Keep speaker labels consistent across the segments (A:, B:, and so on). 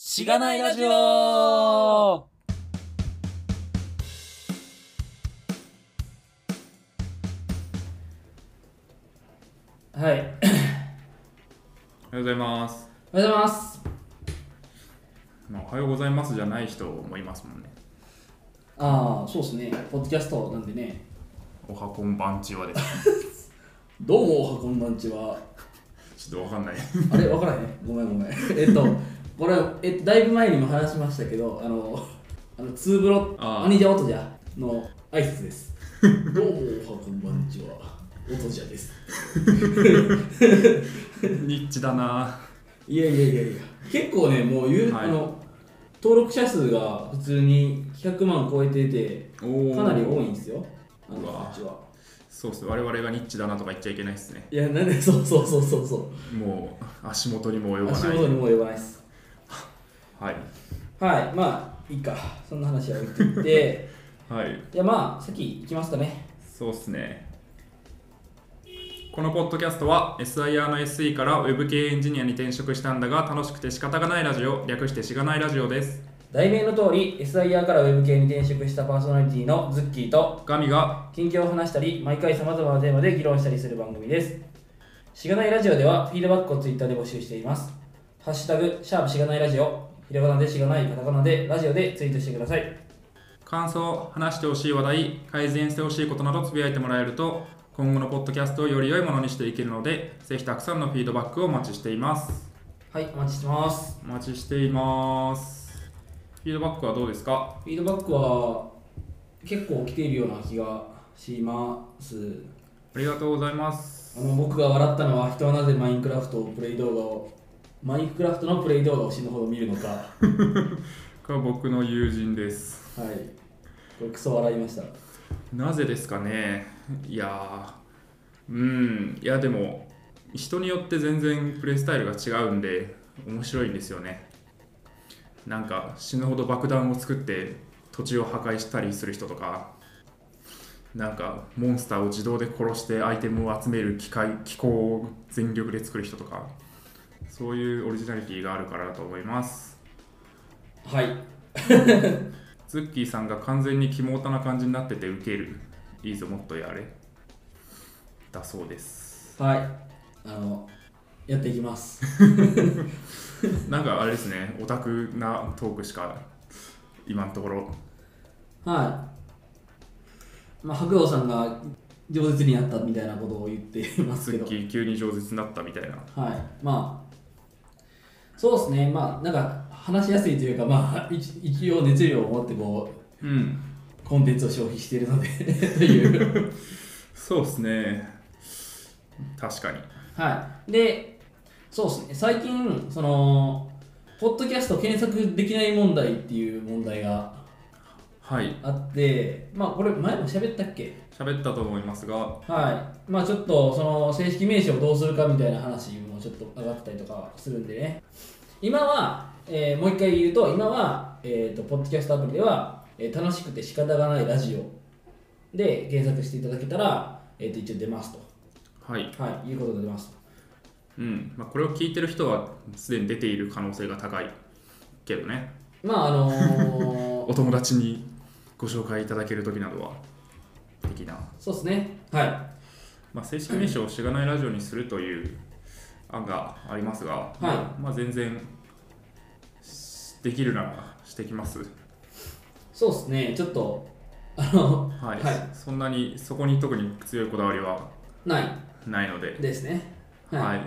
A: しがないラジオ
B: おは
C: はい。
B: ようございます。
C: おはようございます。
B: まあ、おはようございますじゃない人もいますもんね。
C: ああ、そうですね。ポッドキャストなんでね。
B: おはこんばんちはです。
C: どうも、おはこんばんちは。
B: ちょっとわかんない。
C: あれ、わからへん。ごめんご めん。えっと、これ、えっと、だいぶ前にも話しましたけど、あの、あの、ツーブロ、
B: あー
C: 兄者おとじゃの挨拶です。 どうも、おはこんばんちは。おとじゃです。
B: ニッチだな。
C: いやいやいやいや。結構ね、もう言う、
B: はい
C: あの、登録者数が普通に100万超えてて、
B: おー
C: かなり多いんですよ。あの
B: うわ
C: 人たちは。
B: そうっす。我々がニッチだなとか言っちゃいけないですね。
C: いや、なんで、そうそうそうそうそう。
B: もう、足元にも及ば
C: 足
B: ない。
C: 元にも及ばないです
B: はい。
C: はいまあいいかそんな話は置 いていて
B: はい。
C: じゃあまあ先行きますかね
B: そうっすね。このポッドキャストは SIR の SE から Web 系エンジニアに転職したんだが楽しくて仕方がないラジオ、略してしがないラジオです。
C: 題名の通り SIR から Web 系に転職したパーソナリティのズッキーと
B: ガミが
C: 近況を話したり毎回さまざまなテーマで議論したりする番組ですしがないラジオではフィードバックを Twitter で募集していますハッシュタグシャープしがないラジオひらがなでしがないカタカナでラジオでツイートしてください
B: 感想、話してほしい話題、改善してほしいことなどつぶやいてもらえると、今後のポッドキャストをより良いものにしていけるので、ぜひたくさんのフィードバックをお待ちしています。
C: はいお待ちしてます
B: お待ちしています。フィードバックはどうですか
C: フィードバックは結構来ているような気がします
B: ありがとうございます。
C: あの僕が笑ったのは人はなぜマインクラフトをプレイ動画をマインクラフトのプレイ動画を死ぬほど見るのかはい
B: これは僕の友人です。
C: これクソ笑いました
B: なぜですかねいやー、うん、いやでも、人によって全然プレイスタイルが違うんで、面白いんですよね。なんか死ぬほど爆弾を作って土地を破壊したりする人とかなんかモンスターを自動で殺してアイテムを集める機械機構を全力で作る人とかそういうオリジナリティがあるからだと思います
C: はい
B: ズッキーさんが完全にキモータな感じになっててウケるいいぞもっとやれだそうです
C: はいあのやっていきます
B: なんかあれですねオタクなトークしか今のところ
C: はいまあ白道さんが饒舌になったみたいなことを言ってます
B: ズ
C: け
B: ッ
C: ど
B: キー急に饒舌になったみたいな
C: はい、まあ、そうですね、まあ、なんか話しやすいというか、まあ、一一応熱量を持ってこう
B: うん
C: コンテンツを消費しているので という。
B: そうですね。確かに。
C: はい、で、そうですね、最近、その、ポッドキャスト検索できない問題っていう問題が
B: はい。
C: あって、まあ、これ、前も喋ったっけ
B: 喋ったと思いますが、
C: はい、まあちょっとその正式名称をどうするかみたいな話もちょっと上がったりとかするんでね今は、えーもう一回言うと今は、えー、とポッドキャストアプリでは、えー楽しくて仕方がないラジオで検索していただけたら、えー、と一応出ますと、
B: はい。
C: はい、いうことで出ますと
B: うん。まあ、これを聞いてる人は、すでに出ている可能性が高いけどね。
C: まああの
B: お
C: ー
B: 友達にご紹介いただけるときなどは、的な。
C: そうですねは
B: まあ、正式名称をしがないラジオにするという案がありますが、
C: い
B: まあまあ、全然、しできるならしてきます。
C: いそうですねちょっとあの
B: はい。
C: はい
B: そんなに、そこに特に強いこだわりは
C: ない
B: ないので、
C: ですね
B: はい、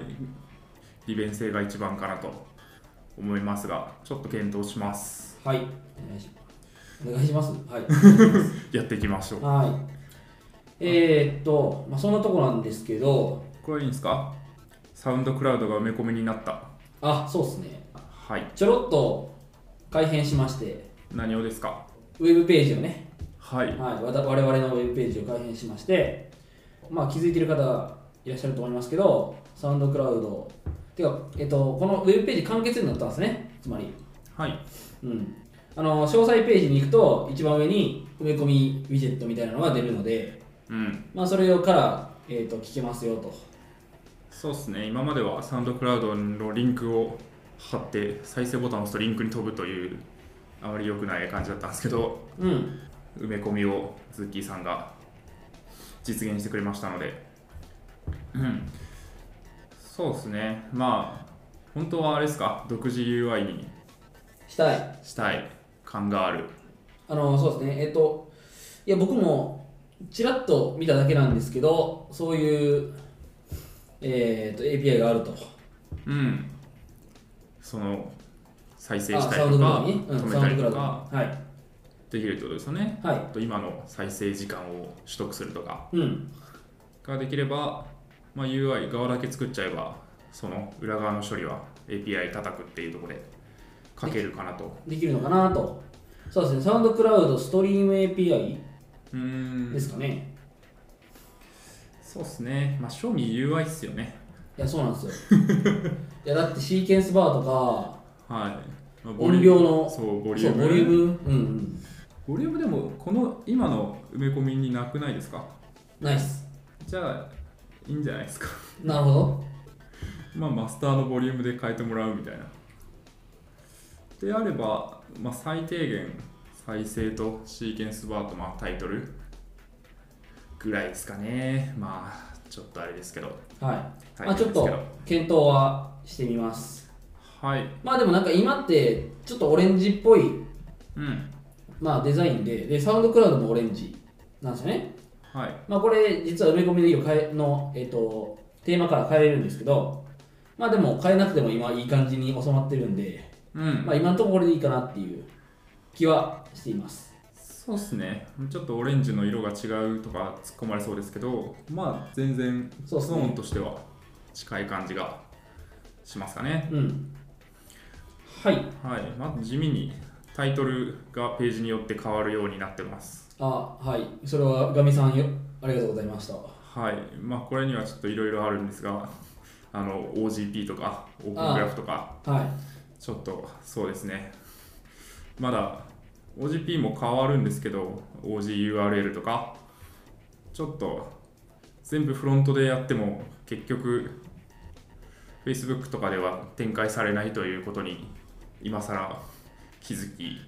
B: 利便性が一番かなと思いますが、ちょっと検討します。
C: はい、はい、お願いしますお願いします はいお願いします
B: やっていきましょう。
C: はい。えー、っと、まあ、そんなとこなんですけど、
B: これいいんですかサウンドクラウドが埋め込みになった。
C: あ、そうですね。
B: はい。
C: ちょろっと改変しまして、
B: 何をですか
C: ウェブページをね、
B: はい。
C: はい、わた我々のウェブページを改変しまして、まあ、気づいてる方いらっしゃると思いますけど、サウンドクラウド、てか、えっと、このウェブページ完結になったんですね、つまり。
B: はい。
C: うん。あの、詳細ページに行くと、一番上に埋め込みウィジェットみたいなのが出るので、
B: うん。
C: まあ、それをから、えーっと、聞けますよと。
B: そうですね。今まではサウンドクラウドのリンクを貼って再生ボタンを押すとリンクに飛ぶというあまり良くない感じだったんですけど
C: うん
B: 埋め込みをズッキーさんが実現してくれましたので、うん、そうですね、まあ、本当はあれですか、独自 UI に
C: したい
B: したい感がある。
C: あのそうですねえっといや僕もちらっと見ただけなんですけどそういう、えー、と API があると
B: うん、その再生
C: あ
B: した
C: サウ
B: り
C: ンド
B: と
C: ク
B: か
C: ラウドに、、うん、
B: 止めた
C: サウンド
B: り
C: クラ
B: と
C: ウド
B: か
C: は
B: できるってことですよね。
C: いは
B: あと今の再生時間を取得するとか
C: いうん
B: ができれば、まあ、UI 側だけ作っちゃえば、その裏側の処理は API 叩くっていうところで書けるかなと。
C: できるのかなとそうですねサウンドクラウドストリーム API
B: うーん
C: ですかね、
B: そうですね、まあ、賞味 UI っすよね。
C: いやそうな んですよいやだってシーケンスバーとか
B: はい。まあ
C: 音量の
B: そう、
C: ボ
B: ボリューム。
C: ボリュームうん、うん、
B: ボリュームでも、この今の埋め込みになくないですか
C: ナイス
B: じゃあ、いいんじゃないですか。
C: なるほど
B: まあ、マスターのボリュームで変えてもらうみたいな。であれば、まあ、最低限、再生とシーケンスバーと、まあ、タイトルぐらいですかね。まあ、ちょっとあれですけど。
C: はい、
B: 大
C: まあ
B: 変
C: ちょっ
B: です
C: と
B: けど
C: 検討はしてみます
B: はい。
C: まあでもなんか今ってちょっとオレンジっぽい、
B: うん。
C: まあ、デザインででサウンドクラウドもオレンジなんですよね、
B: はい。
C: まあ、これ実は埋め込みで変えの、えっとテーマから変えれるんですけどまあでも変えなくても今いい感じに収まってるんで、
B: うん。
C: まあ、今のところこれでいいかなっていう気はしています
B: そうですね、ちょっとオレンジの色が違うとか突っ込まれそうですけど、まあ全然、
C: そうっすね
B: ゾーンとしては近い感じがしますかね。
C: うんはい
B: はい、まず地味にタイトルがページによって変わるようになってます。
C: あはいそれはガミさんよありがとうございました
B: はい、まあこれにはちょっといろいろあるんですが、あの OGP とか、オープングラフとか、
C: はい
B: ちょっとそうですね、まだ OGP も変わるんですけど、OGURL とか、ちょっと全部フロントでやっても結局 Facebook とかでは展開されないということに今更気づき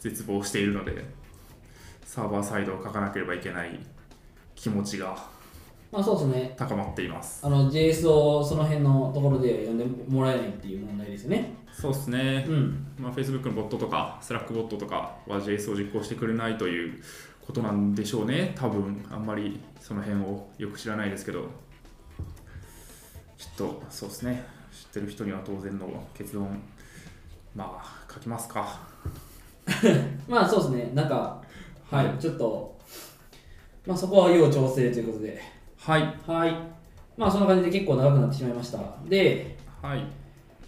B: 絶望しているのでサーバーサイドを書かなければいけない気持ちが
C: まあそうですね
B: 高まっています
C: あの JS をその辺のところで呼んでもらえないっていう問題ですよね
B: そうですね
C: うん
B: まあ、Facebook のボットとか Slack ボットとかは JS を実行してくれないということなんでしょうね多分あんまりその辺をよく知らないですけどちょっとそうですね知ってる人には当然の結論まあ書きますか
C: まあそうですね、なんか、はい、
B: は
C: ちょっと、まあそこは要調整ということで、
B: はい
C: はい、まあそんな感じで結構長くなってしまいました。で、
B: はい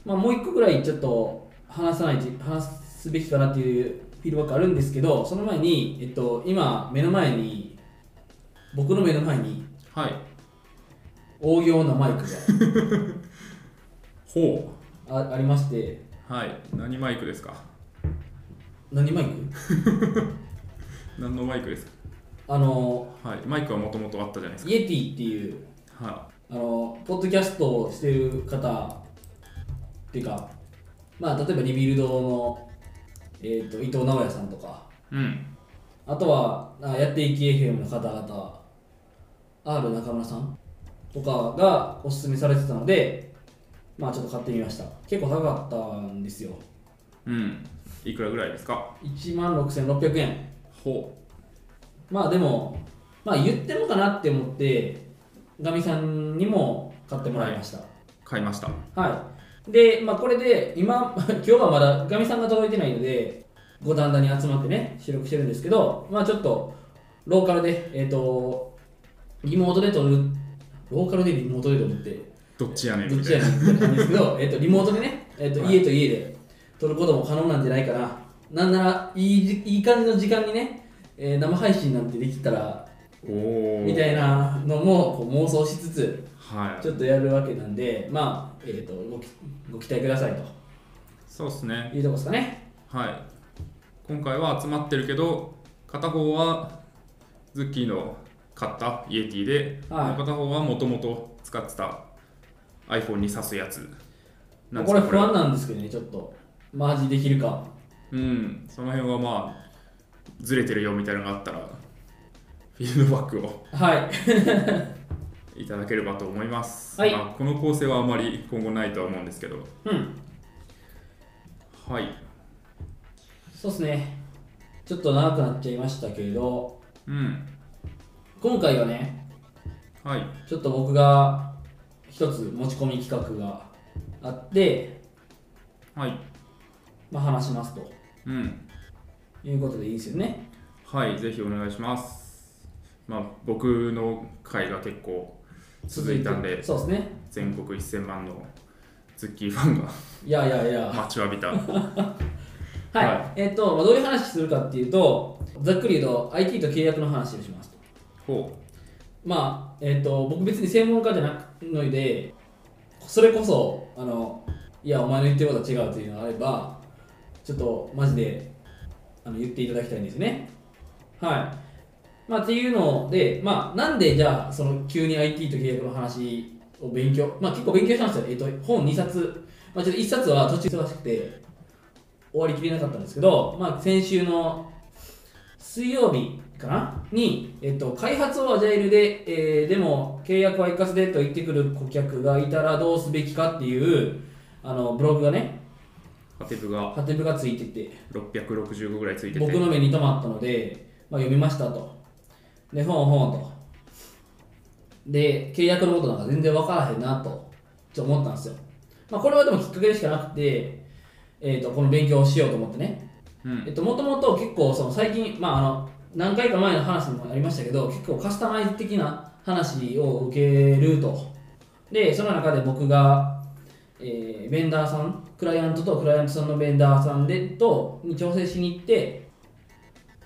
C: まあもう一個ぐらいちょっと話さないと、話すべきかなっていうフィードバックあるんですけど、その前に、えっと、今、目の前に、僕の目の前に、
B: はい
C: 大行なマイク
B: ほ
C: があありまして、
B: うはい何マイクですか
C: 何マイク
B: 何のマイクです
C: あの、
B: かはいマイクはもともとあったじゃないです
C: イエティっていう、
B: かは
C: あのポッドキャストをしてる方っていうか、まあ、例えばリビルドの、えー、と伊藤直哉さんとか
B: いうん
C: あとはあやっていき FM の方々 R 中村さんとかがおすすめされてたので、まあ、ちょっと買ってみました結構高かったんですよ
B: うんいくらぐらいですか
C: 1万6600円
B: ほ
C: まあでも、まあ、言ってもかなって思ってガミさんにも買ってもらいました、
B: う買いました
C: はい。で、まあ、これで、今、 今日はまだ、ガミさんが届いてないので、五反田に集まってね、収録してるんですけど、まあ、ちょっと、ローカルで、えっ、と、リモートで撮る、ローカルでリモートで撮るって、
B: どっちやねん
C: どっ
B: み
C: ち
B: たい
C: や
B: な
C: ねんって感じですけど、えっと、リモートでね、えっ、と、
B: はい
C: 家と家で撮ることも可能なんじゃないかな。なんなら、いいじ、いい感じの時間にね、えー生配信なんてできたら、
B: おお
C: みたいなのもこう妄想しつつ、
B: はい
C: ちょっとやるわけなんで、まあ、えっ、とごき、ご期待くださいと
B: そうですね
C: いうとこですかね。
B: はい今回は集まってるけど片方はズッキーの買ったイエティで、
C: はい
B: もう片方はもともと使ってた iPhone に挿すやつなんですか
C: これ不安なんですけどね、ちょっと。マジできるか。
B: うん、その辺はまあ、ずれてるよみたいなのがあったら、フィードバックを
C: はい。
B: いただければと思います。
C: はい
B: まあ、この構成はあまり今後ないとは思うんですけど、
C: うん。
B: はい。
C: そうですね。ちょっと長くなっちゃいましたけれど、
B: うん、
C: 今回はね、
B: はい。
C: ちょっと僕が一つ持ち込み企画があって、
B: はい。
C: まあ、話しますと
B: うん、
C: いうことでいいですよね。
B: はい。ぜひお願いします。まあ、僕の回が結構続いたんで、
C: そうですね。
B: 全国1000万のズッキーファンが
C: いやいやいや。
B: 待ちわびた。
C: はい、
B: は
C: えっ、と、まあどういう話するかっていうと、ざっくり言うと IT と契約の話をしますと。
B: ほ
C: まあ、えっ、と、僕別に専門家じゃなくので、それこそ、あの、いや、お前の言ってることは違うというのがあれば、ちょっとマジであの言っていただきたいんですね。はい。まあ、っていうので、まあ、なんでじゃあ、その急に IT と契約の話を勉強、まあ結構勉強したんですよ。えっ、と、本2冊、まあちょっと1冊は途中忙しくて、終わりきれなかったんですけど、まあ、先週の水曜日かなに、えっと、開発をアジャイルで、えーでも契約は一括でと言ってくる顧客がいたらどうすべきかっていうあのブログがね
B: う。ハテブが
C: ハテブがついてて
B: 665ぐらいついてて。
C: 僕の目に留まったので、まあ、読みましたとでほんほんとで契約のことなんか全然分からへんなとちょっと思ったんですよ、まあ、これはでもきっかけでしかなくて、えっとこの勉強をしようと思ってね
B: うん
C: えっと、もともと結構その最近、まあ、あの何回か前の話にもありましたけど結構カスタマイズ的な話を受けるとでその中で僕が、えーベンダーさんクライアントとクライアントさんのベンダーさんでとに調整しに行って、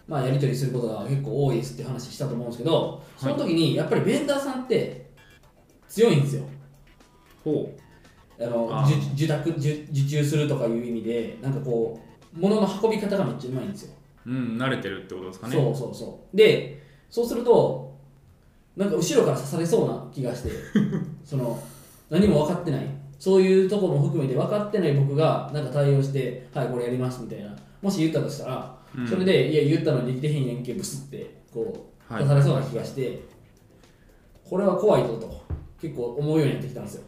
C: まあ、やり取りすることが結構多いですって話したと思うんですけどその時にやっぱりベンダーさんって強いんですよ
B: ほう。
C: あの
B: あー
C: 受受託受受注するとかいう意味でなんかこう物の運び方がめっちゃうまいんですよ
B: うん、慣れてるってことですかね。
C: そうそうそうでそうするとなんか後ろから刺されそうな気が してその何も分かってないそういうとこも含めて分かってない僕がなんか対応して「はいこれやります」みたいなもし言ったとしたら、
B: うん
C: それで「いや言ったのにできてへんやんけ」ブスってこう
B: はい
C: 刺されそうな気がして、これは怖いぞと結構思うようになってきたんですよ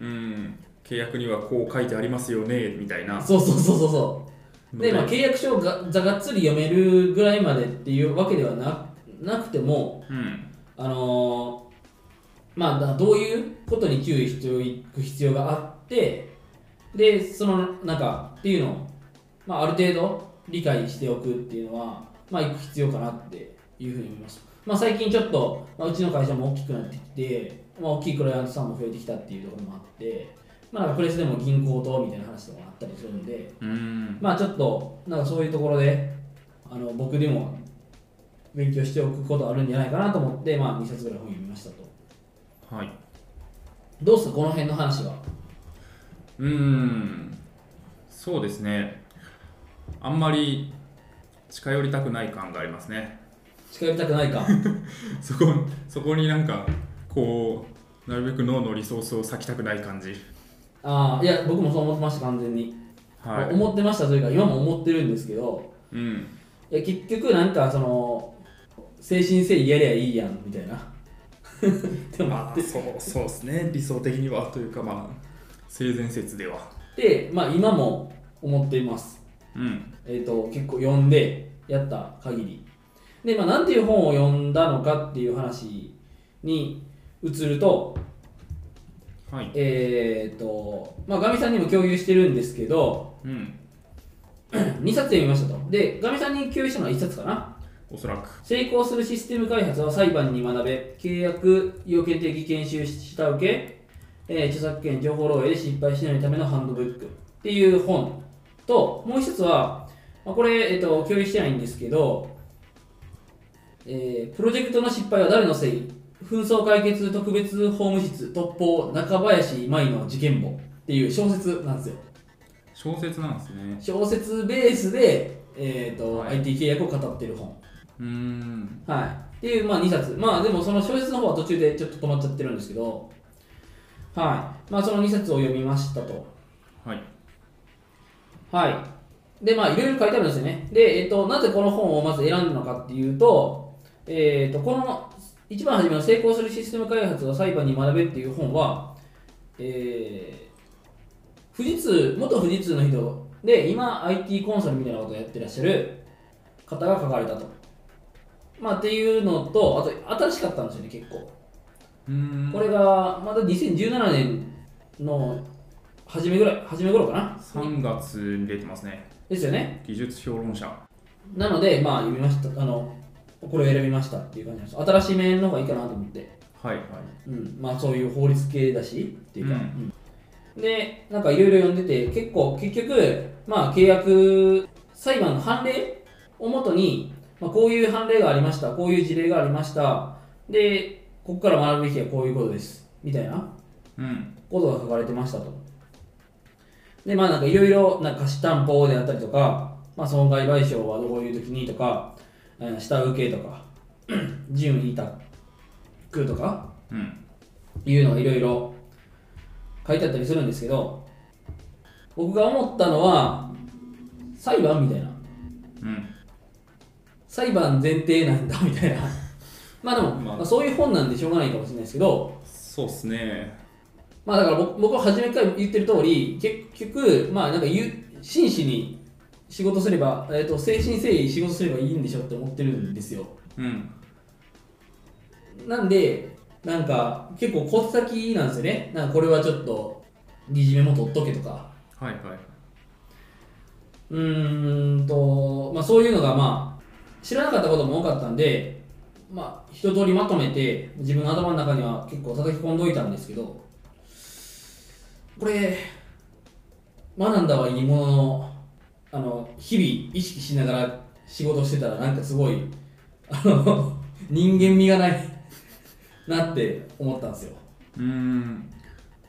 B: うん、契約にはこう書いてありますよねみたいな
C: そうそうそうそうそう
B: の
C: で、まあ、契約書をがざがっつり読めるぐらいまでっていうわけではななくても
B: うん
C: あのーまあ、だからどういうことに注意していく必要があって、で、その、なんか、っていうのを、まあ、ある程度理解しておくっていうのは、まあ、いく必要かなっていうふうに思いました。まあ、最近ちょっと、まあ、うちの会社も大きくなってきて、まあ、大きいクライアントさんも増えてきたっていうところもあって、まあ、なんかプレスでも銀行とみたいな話とかもあったりするんで、
B: うん
C: まあちょっとなんかそういうところであの僕でも勉強しておくことあるんじゃないかなと思って、まあ、2冊ぐらい本読みましたと
B: はい
C: どうすかこの辺の話は
B: うんそうですねあんまり近寄りたくない感がありますね
C: 近寄りたくないか
B: そこそこになんかこうなるべく脳のリソースを割きたくない感じ
C: ああいや僕もそう思ってました完全に、
B: は
C: 思ってましたというか今も思ってるんですけど
B: い、うん、
C: いや結局なんかその精神性やりゃいいやんみたいな でも
B: まあそうそうですね理想的にはというかまあ性善説では
C: で、まあ、今も思っています
B: うん
C: えー、と結構読んでやった限りで、まあ、なんていう本を読んだのかっていう話に移ると
B: はい
C: えっ、とまあガミさんにも共有してるんですけど
B: うん
C: 2冊読みましたとでガミさんに共有したのは1冊かな
B: おそらく
C: 成功するシステム開発は裁判に学べ契約要件的研修下請け、えー著作権情報漏洩で失敗しないためのハンドブックっていう本ともう一つは、まあ、これ、えっと共有してないんですけど、えープロジェクトの失敗は誰のせい紛争解決特別法務室突破中林舞の事件簿っていう小説なんですよ
B: 小説なんですね
C: 小説ベースで、えっと
B: はい
C: IT 契約を語ってる本
B: うん
C: はい。っていう、まあ、2冊。まあ、でもその小説の方は途中でちょっと止まっちゃってるんですけど、はい。まあ、その2冊を読みましたと。
B: はい
C: はい。で、まあ、いろいろ書いてあるんですよね。で、えっと、なぜこの本をまず選んだのかっていうと、えっと、この一番初めの成功するシステム開発を裁判に学べっていう本は、えー富士通、元富士通の人で、今 IT コンサルみたいなことをやってらっしゃる方が書かれたと。まあ、っていうのと、あと、新しかったんですよね、結構。
B: うーん
C: これが、まだ2017年の初めぐらい、初め頃かな
B: 3月に出てますね
C: ですよね。
B: 技術評論者
C: なので、まあ、読みました。あの、これを選びましたっていう感じなんです。新しい面の方がいいかなと思って。
B: はいはい
C: うん。まあ、そういう法律系だし、っていうか。
B: うん
C: うんで、なんかいろいろ読んでて、結構、結局、まあ、契約、裁判の判例をもとに、まあ、こういう判例がありました。こういう事例がありました。で、ここから学ぶべきはこういうことです。みたいな。
B: うん
C: ことが書かれてましたと。で、まあなんかいろいろ、なんか貸し担保であったりとか、まあ損害賠償はどういう時にとか、うん下請けとか、 準委託とか、
B: うん
C: いうのがいろいろ書いてあったりするんですけど、僕が思ったのは、裁判みたいな。
B: うん
C: 裁判前提なんだみたいな。 まあでも、
B: まあ
C: まあ、そういう本なんでしょうがないかもしれないですけど、
B: そうっすね
C: まあだから僕僕は初めから言ってる通り結局まあなんか言う真摯に仕事すれば、えー、と誠心誠意仕事すればいいんでしょって思ってるんですよ
B: うん
C: なんでなんか結構小手先なんですよねなんかこれはちょっといじめも取っとけとか
B: はいはいう
C: ーんと、まあ、そういうのがまあ知らなかったことも多かったんでまあ一通りまとめて自分の頭の中には結構叩き込んどいたんですけどこれ学んだはいいもののあの日々意識しながら仕事してたらなんかすごいあの人間味がないなって思ったんですよ
B: うーん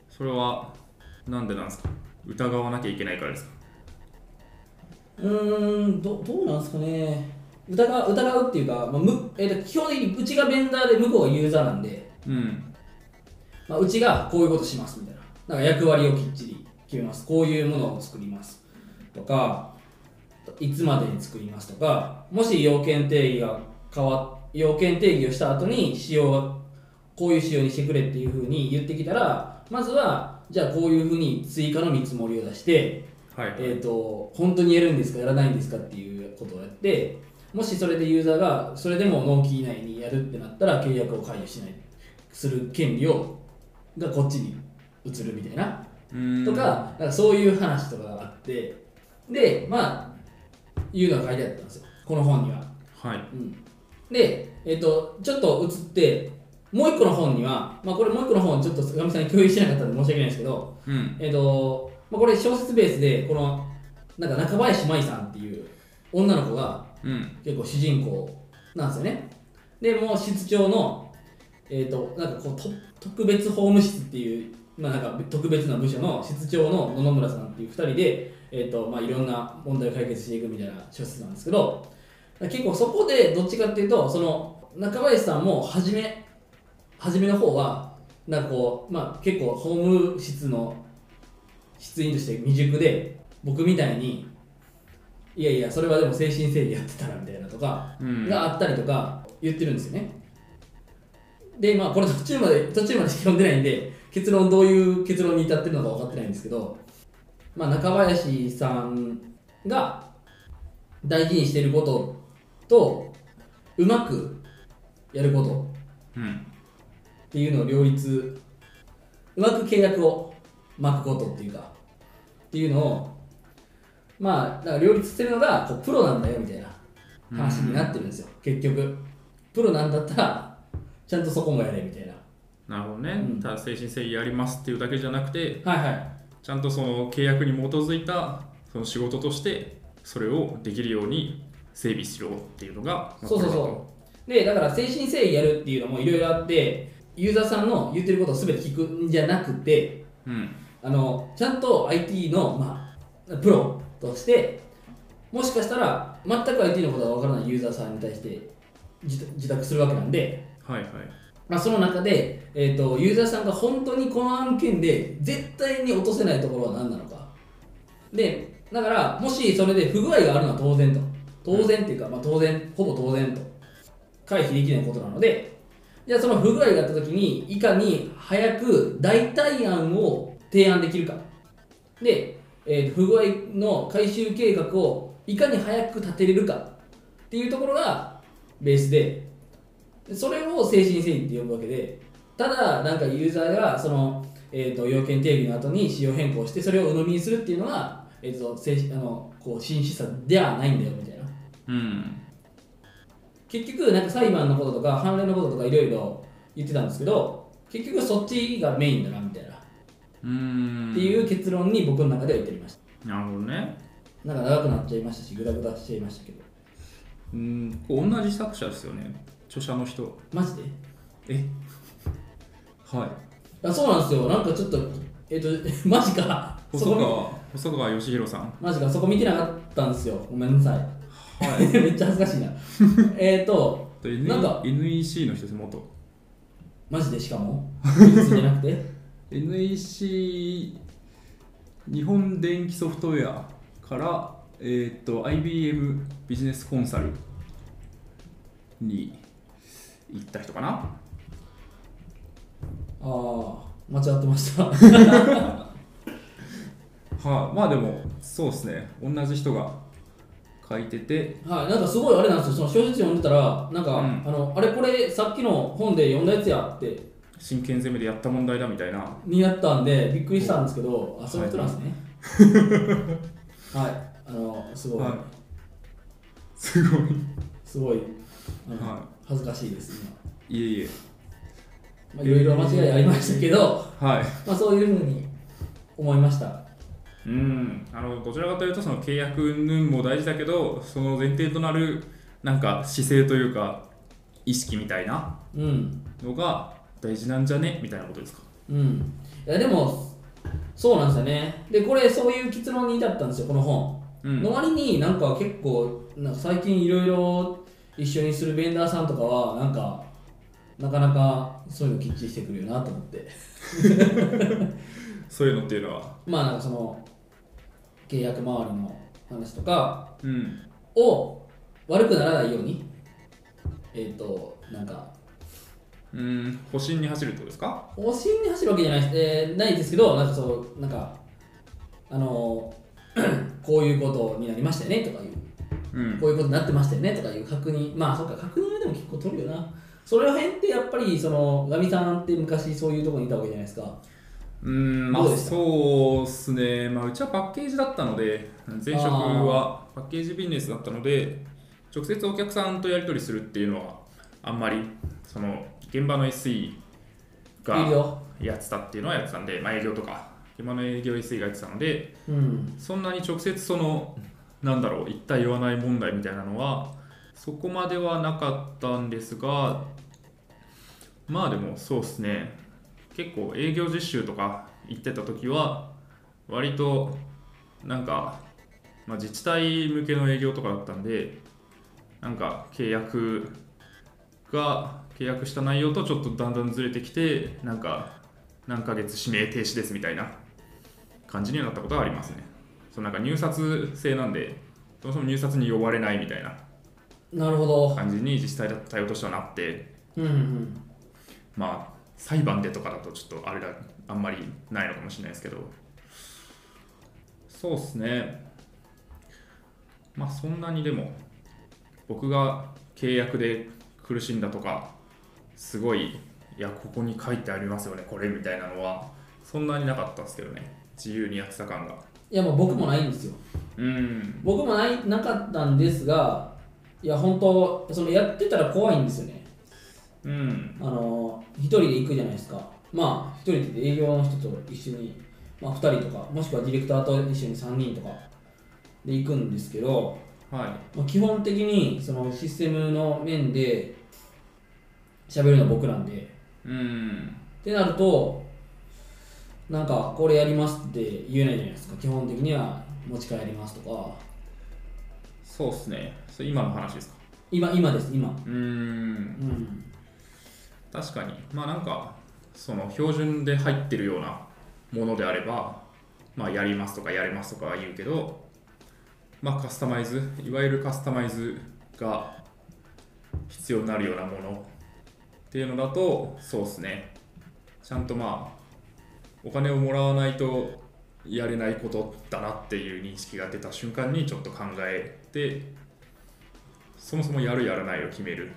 B: それはなんでなんですか疑わなきゃいけないからですか
C: うーんどどうなんですかね疑う疑うっていうか、まあむえーと基本的にうちがベンダーで向こうがユーザーなんで、
B: うん
C: まあ、うちがこういうことしますみたいななんか役割をきっちり決めますこういうものを作りますとかいつまでに作りますとかもし要件定義が変わっ要件定義をした後に仕様はこういう仕様にしてくれっていうふうに言ってきたらまずはじゃあこういうふうに追加の見積もりを出して
B: はいはい、
C: えー、と本当にやるんですかやらないんですかっていうことをやってもしそれでユーザーがそれでも納期以内にやるってなったら契約を解除しないする権利をがこっちに移るみたいな
B: うーん
C: とかなんかそういう話とかがあってでまあいうのが書いてあったんですよこの本には。
B: はい
C: うんで、えっとちょっと移ってもう一個の本には、まあ、これもう一個の本ちょっと坂上さんに共有してなかったんで申し訳ないんですけど
B: うん
C: えっ、と、まあ、これ小説ベースで、この、なんか中林舞さんっていう女の子が
B: うん
C: 結構主人公なんですよね。で、もう室長の、えっ、と、なんかこう、と特別法務室っていう、まあなんか特別な部署の室長の野々村さんっていう二人で、えっ、と、まあいろんな問題を解決していくみたいな小説なんですけど、結構そこでどっちかっていうと、その中林さんも初め、初めの方は、なんかこう、まあ結構法務室の出員として未熟で僕みたいにいやいやそれはでも精神整理やってたらみたいなとか
B: うん
C: があったりとか言ってるんですよね、でまあこれ途中まで途中までし か読んでないんで結論どういう結論に至ってるのか分かってないんですけどまあ中林さんが大事にしてることとうまくやること
B: うん
C: っていうのを両立うまく契約を巻くことっていうかっていうのをまあだから両立してるのがこうプロなんだよみたいな話になってるんですよ、結局プロなんだったらちゃんとそこもやれみたいな
B: なるほどね、
C: うん
B: ただ精神性やりますっていうだけじゃなくて
C: はいはい
B: ちゃんとその契約に基づいたその仕事としてそれをできるように整備しろっていうのが
C: そうそうそうでだから誠心誠意やるっていうのもいろいろあってユーザーさんの言ってることを全て聞くんじゃなくて
B: ううん
C: あのちゃんと IT の、まあ、プロとしてもしかしたら全く IT のことがわからないユーザーさんに対して自自宅するわけなんで、
B: はいはい
C: まあ、その中で、えー、とユーザーさんが本当にこの案件で絶対に落とせないところは何なのかでだからもしそれで不具合があるのは当然と当然っていうか、まあ、当然ほぼ当然と回避できないことなのでじゃあその不具合があった時にいかに早く代替案を提案できるかで、えー不具合の回収計画をいかに早く立てれるかっていうところがベースででそれを精神誠意って呼ぶわけでただなんかユーザーがその、えー、と要件定義の後に仕様変更してそれを鵜呑みにするっていうのが、えー、と精神あのこう真摯さではないんだよみたいな
B: うん
C: 結局なんか裁判のこととか判例のこととかいろいろ言ってたんですけど結局そっちがメインだなみたいな、
B: うん
C: っていう結論に僕の中では至りました
B: なるほどね
C: なんか長くなっちゃいましたしグダグダしちゃいましたけど
B: うん同じ作者ですよね著者の人
C: マジで
B: えはい
C: あそうなんですよなんかちょっとえっ、と マジかそ
B: 細
C: こ
B: 川細川義弘さん
C: マジかそこ見てなかったんですよごめんなさい
B: はい
C: めっちゃ恥ずかしいなえっと
B: と N-
C: なんか
B: NEC の人です元
C: マジでしかも技術じゃなくて
B: NEC 日本電気ソフトウェアから、えー、と IBM ビジネスコンサルに行った人かな
C: ああ間違ってました
B: はい、まあでもそうですね同じ人が書いてて
C: はい、なんかすごいあれなんですよ、その小説読んでたら、なんか、
B: うん
C: あのあれこれ、さっきの本で読んだやつやって、
B: 真剣攻めでやった問題だみたいな
C: になったんで、びっくりしたんですけど、あ、そういうことなんです ね。はい、あの、すごい、
B: はいすごい
C: すごい、あの
B: は
C: 恥ずかしいです、今。
B: いえいえ
C: まあ、いろいろ間違いありましたけ ど、
B: はい
C: まあ、そういうふうに思いました。
B: うん、あのどちらかというとその契約云々も大事だけどその前提となるなんか姿勢というか意識みたいな
C: うん、
B: のが大事なんじゃねみたいなことですか
C: うん。いや、でも、そうなんですよね。で、これ、そういう結論に至ったんですよ、この本。
B: うん
C: の割になんか結構なんか最近いろいろ一緒にするベンダーさんとかはなんかなかなかそういうのきっちりしてくるよなと思って
B: そういうのっていうのは
C: まあなんかその契約周りの話とか
B: うん
C: を悪くならないようにえっ、となんか
B: うん保身に走るってことですか
C: お尻に走るわけじゃない,、えーないですけどなんかそうなんかあの こういうことになりましたよねとかいう
B: うん
C: こういうことになってましたよねとかいう確認、まあそっか、確認はでも結構取るよな。それら辺ってやっぱり、その、ガミさんって昔そういうところにいたわけじゃないですか。
B: うんまあ
C: どうでした
B: そうっすねまあうちはパッケージだったので前職はパッケージビジネスだったので直接お客さんとやり取りするっていうのはあんまりその現場の SE が
C: いいよ。
B: やってたっていうのはやってたんで、まあ、営業とか今の営業 SE がやってたので
C: うん。
B: そんなに直接そのなんだろう言った言わない問題みたいなのはそこまではなかったんですがまあでもそうですね結構営業実習とか行ってた時は割となんか、まあ、自治体向けの営業とかだったんでなんか契約が契約した内容とちょっとだんだんずれてきてなんか何ヶ月指名停止ですみたいな感じにはなったことはありますねそのなんか入札制なんでそもそも入札に呼ばれないみたいな
C: なるほど。
B: 感じに自治体だ対応としてはなって
C: うんうん
B: まあ裁判でとかだとちょっとあれだあんまりないのかもしれないですけどそうっすねまあそんなにでも僕が契約で苦しんだとかすごいいやここに書いてありますよねこれみたいなのはそんなになかったですけどね自由にやってた感が
C: いや、まあ僕もないんですよ。
B: うん
C: 僕もないなかったんですが、いや、本当そのやってたら怖いんですよね。
B: うん
C: あの、一人で行くじゃないですか。まあ、一人で営業の人と一緒に、まあ、二人とか、もしくはディレクターと一緒に三人とかで行くんですけど、
B: は
C: まあ、基本的にそのシステムの面で喋るのは僕なんでっ
B: いうん
C: てなるとなんかこれやりますって言えないじゃないですか基本的には持ち帰りますとか
B: そうっすねそれ今の話ですか
C: 今今です今
B: うん
C: うん
B: 確かにまあなんかその標準で入ってるようなものであればまあ、やりますとかやれますとかは言うけど、まあ、カスタマイズいわゆるカスタマイズが必要になるようなものっていうのだとそうですねちゃんとまあお金をもらわないとやれないことだなっていう認識が出た瞬間にちょっと考えてそもそもやるやらないを決める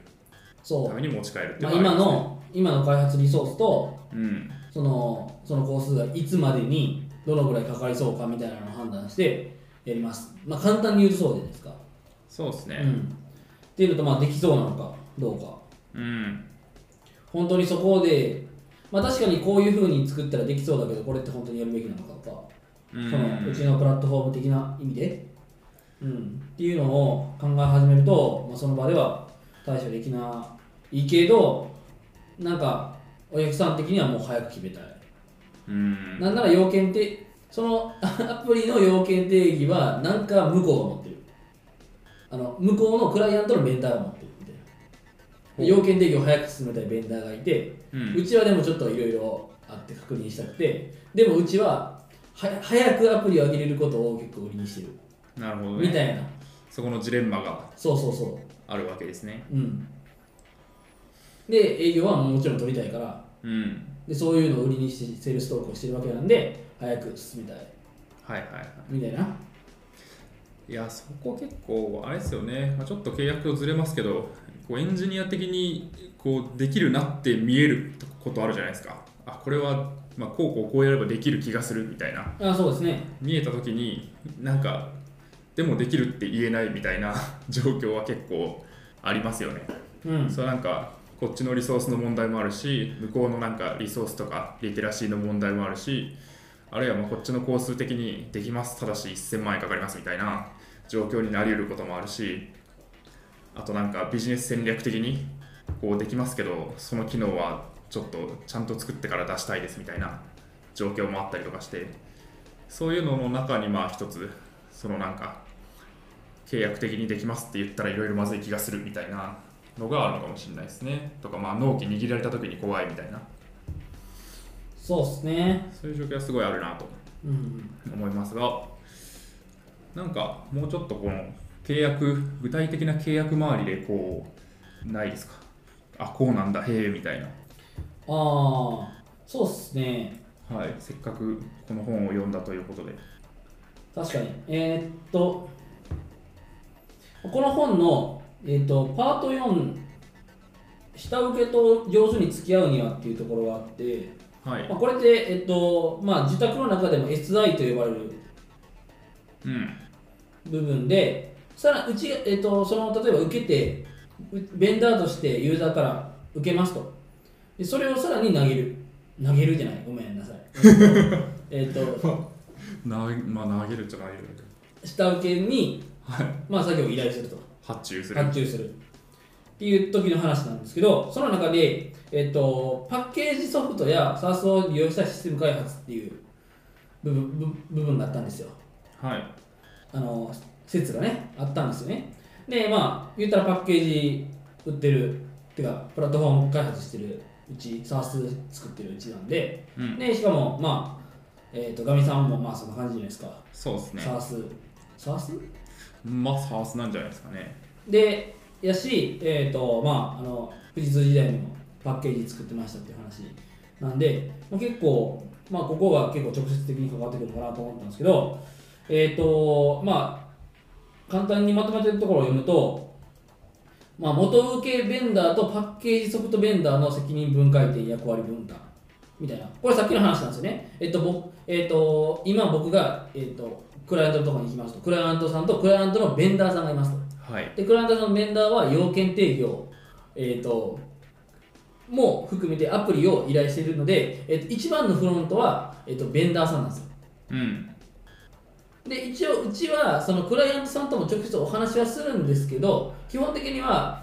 C: そ
B: ために持ち帰るって
C: う、まあ、
B: いう
C: 今
B: のが
C: の今の開発リソースと
B: ありますね
C: そのその工数がいつまでにどのぐらいかかりそうかみたいなのを判断してやります、まあ、簡単に言うとそうじゃないですか、
B: うんそうです
C: う
B: ね
C: ん、っていうのとまあできそうなのかどうか
B: うん
C: 本当にそこで、まあ、確かにこういうふうに作ったらできそうだけどこれって本当にやるべきなのかとか、
B: うん
C: そのうちのプラットフォーム的な意味で、うん、っていうのを考え始めると、まあ、その場では対処できないけどなんかお客さん的にはもう早く決めたい
B: うん
C: なんなら要件ってその アプリの要件定義はなんか向こうが持ってるあの向こうのクライアントのベンダーが持ってるみたいな
B: ほう
C: 要件定義を早く進めたいベンダーがいて
B: うん
C: うちはでもちょっといろいろあって確認したくてでもうちはは早くアプリを上げれることを結構売りにしてる
B: なるほど
C: み
B: ね
C: たいな
B: そこのジレンマが
C: そうそうそ
B: あるわけですね
C: ううんで営業はもちろん取りたいから
B: うん
C: でそういうのを売りにしてセールストークをしてるわけなんで早く進めたい
B: はいはいはい
C: みたいない
B: やそこ結構あれですよね、まあ、ちょっと契約とずれますけどこうエンジニア的にこうできるなって見えることあるじゃないですかあこれは、まあ、こうこうこうやればできる気がするみたいな
C: あそうですね
B: 見えた時になんかでもできるって言えないみたいな 状況は結構ありますよね、
C: うん
B: それはなんかこっちのリソースの問題もあるし向こうのなんかリソースとかリテラシーの問題もあるしあるいはまあこっちの工数的にできますただし1000万円かかりますみたいな状況になり得ることもあるしあとなんかビジネス戦略的にこうできますけどその機能はちょっとちゃんと作ってから出したいですみたいな状況もあったりとかしてそういうのの中にまあ一つそのなんか契約的にできますって言ったらいろいろまずい気がするみたいなのがあるのかもしれないですねとかまあ納期握られた時に怖いみたいな
C: そうですね
B: そういう状況はすごいあるなと
C: うん
B: 思いますがなんかもうちょっとこの契約具体的な契約周りでこうないですかあこうなんだへえみたいな
C: ああそうっすね
B: はいせっかくこの本を読んだということで
C: 確かにえーっとこの本の、えーっとパート4下請けと上手に付き合うにはっていうところがあって、
B: はい
C: まあ、これって、えーっとまあ、自宅の中でも SI と呼ばれる
B: うん
C: 部分でさらうち、えっとその例えば受けてうベンダーとしてユーザーから受けますとでそれをさらに投げる投げるじゃないごめんなさい えっと、
B: なまあ投げるっちゃ投げるんだけど
C: 下請けに、
B: はい
C: まあ、作業を依頼すると
B: 発注する
C: 発注するっていう時の話なんですけどその中で、えっとパッケージソフトや SaaS を利用したシステム開発っていう部分部部分があったんですよ
B: はい
C: あの説がねあったんですよねでまあ言ったらパッケージ売ってるてかプラットフォーム開発してるうち s a ス s 作ってるうちなんで
B: うん
C: でしかもまあえっ、とガミさんもまあそんな感じじゃないですか
B: そうですね
C: s a ス s サ s
B: まあサースなんじゃないですかね
C: でやしえっ、とまああの富士通時代にもパッケージ作ってましたっていう話なんで、まあ、結構まあここが結構直接的に関わってくるのかなと思ったんですけどえっ、とまあ簡単にまとめてるところを読むとまあ、元請けベンダーとパッケージソフトベンダーの責任分解点、役割分担みたいな、これさっきの話なんですよね。えっと、ぼえっと、今僕が、えっと、クライアントのところに行きますと、クライアントさんとクライアントのベンダーさんがいますと。
B: はい
C: でクライアントさんのメンダーは要件定義を、えー、とも含めてアプリを依頼しているので、えー、と一番のフロントは、えー、とベンダーさんなんですよ
B: うん
C: で一応うちはそのクライアントさんとも直接お話はするんですけど基本的には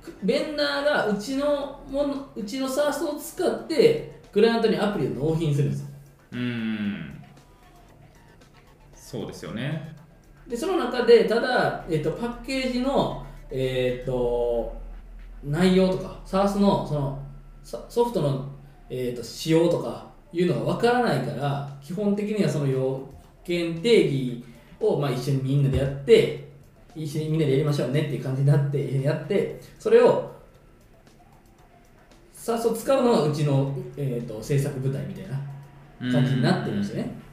C: くベンダーがうちのものうちの s a ス s を使ってクライアントにアプリを納品するんですよ
B: うんそうですよね
C: でその中でただ、えっとパッケージの、えっと内容とか SARS のそのソソフトの、えっと仕様とかいうのが分からないから基本的にはその要件定義をまあ一緒にみんなでやって一緒にみんなでやりましょうねっていう感じになって一緒にやってそれをさっそ使うのがうちの、えー、と制作部隊みたいな感じになってるんですよね。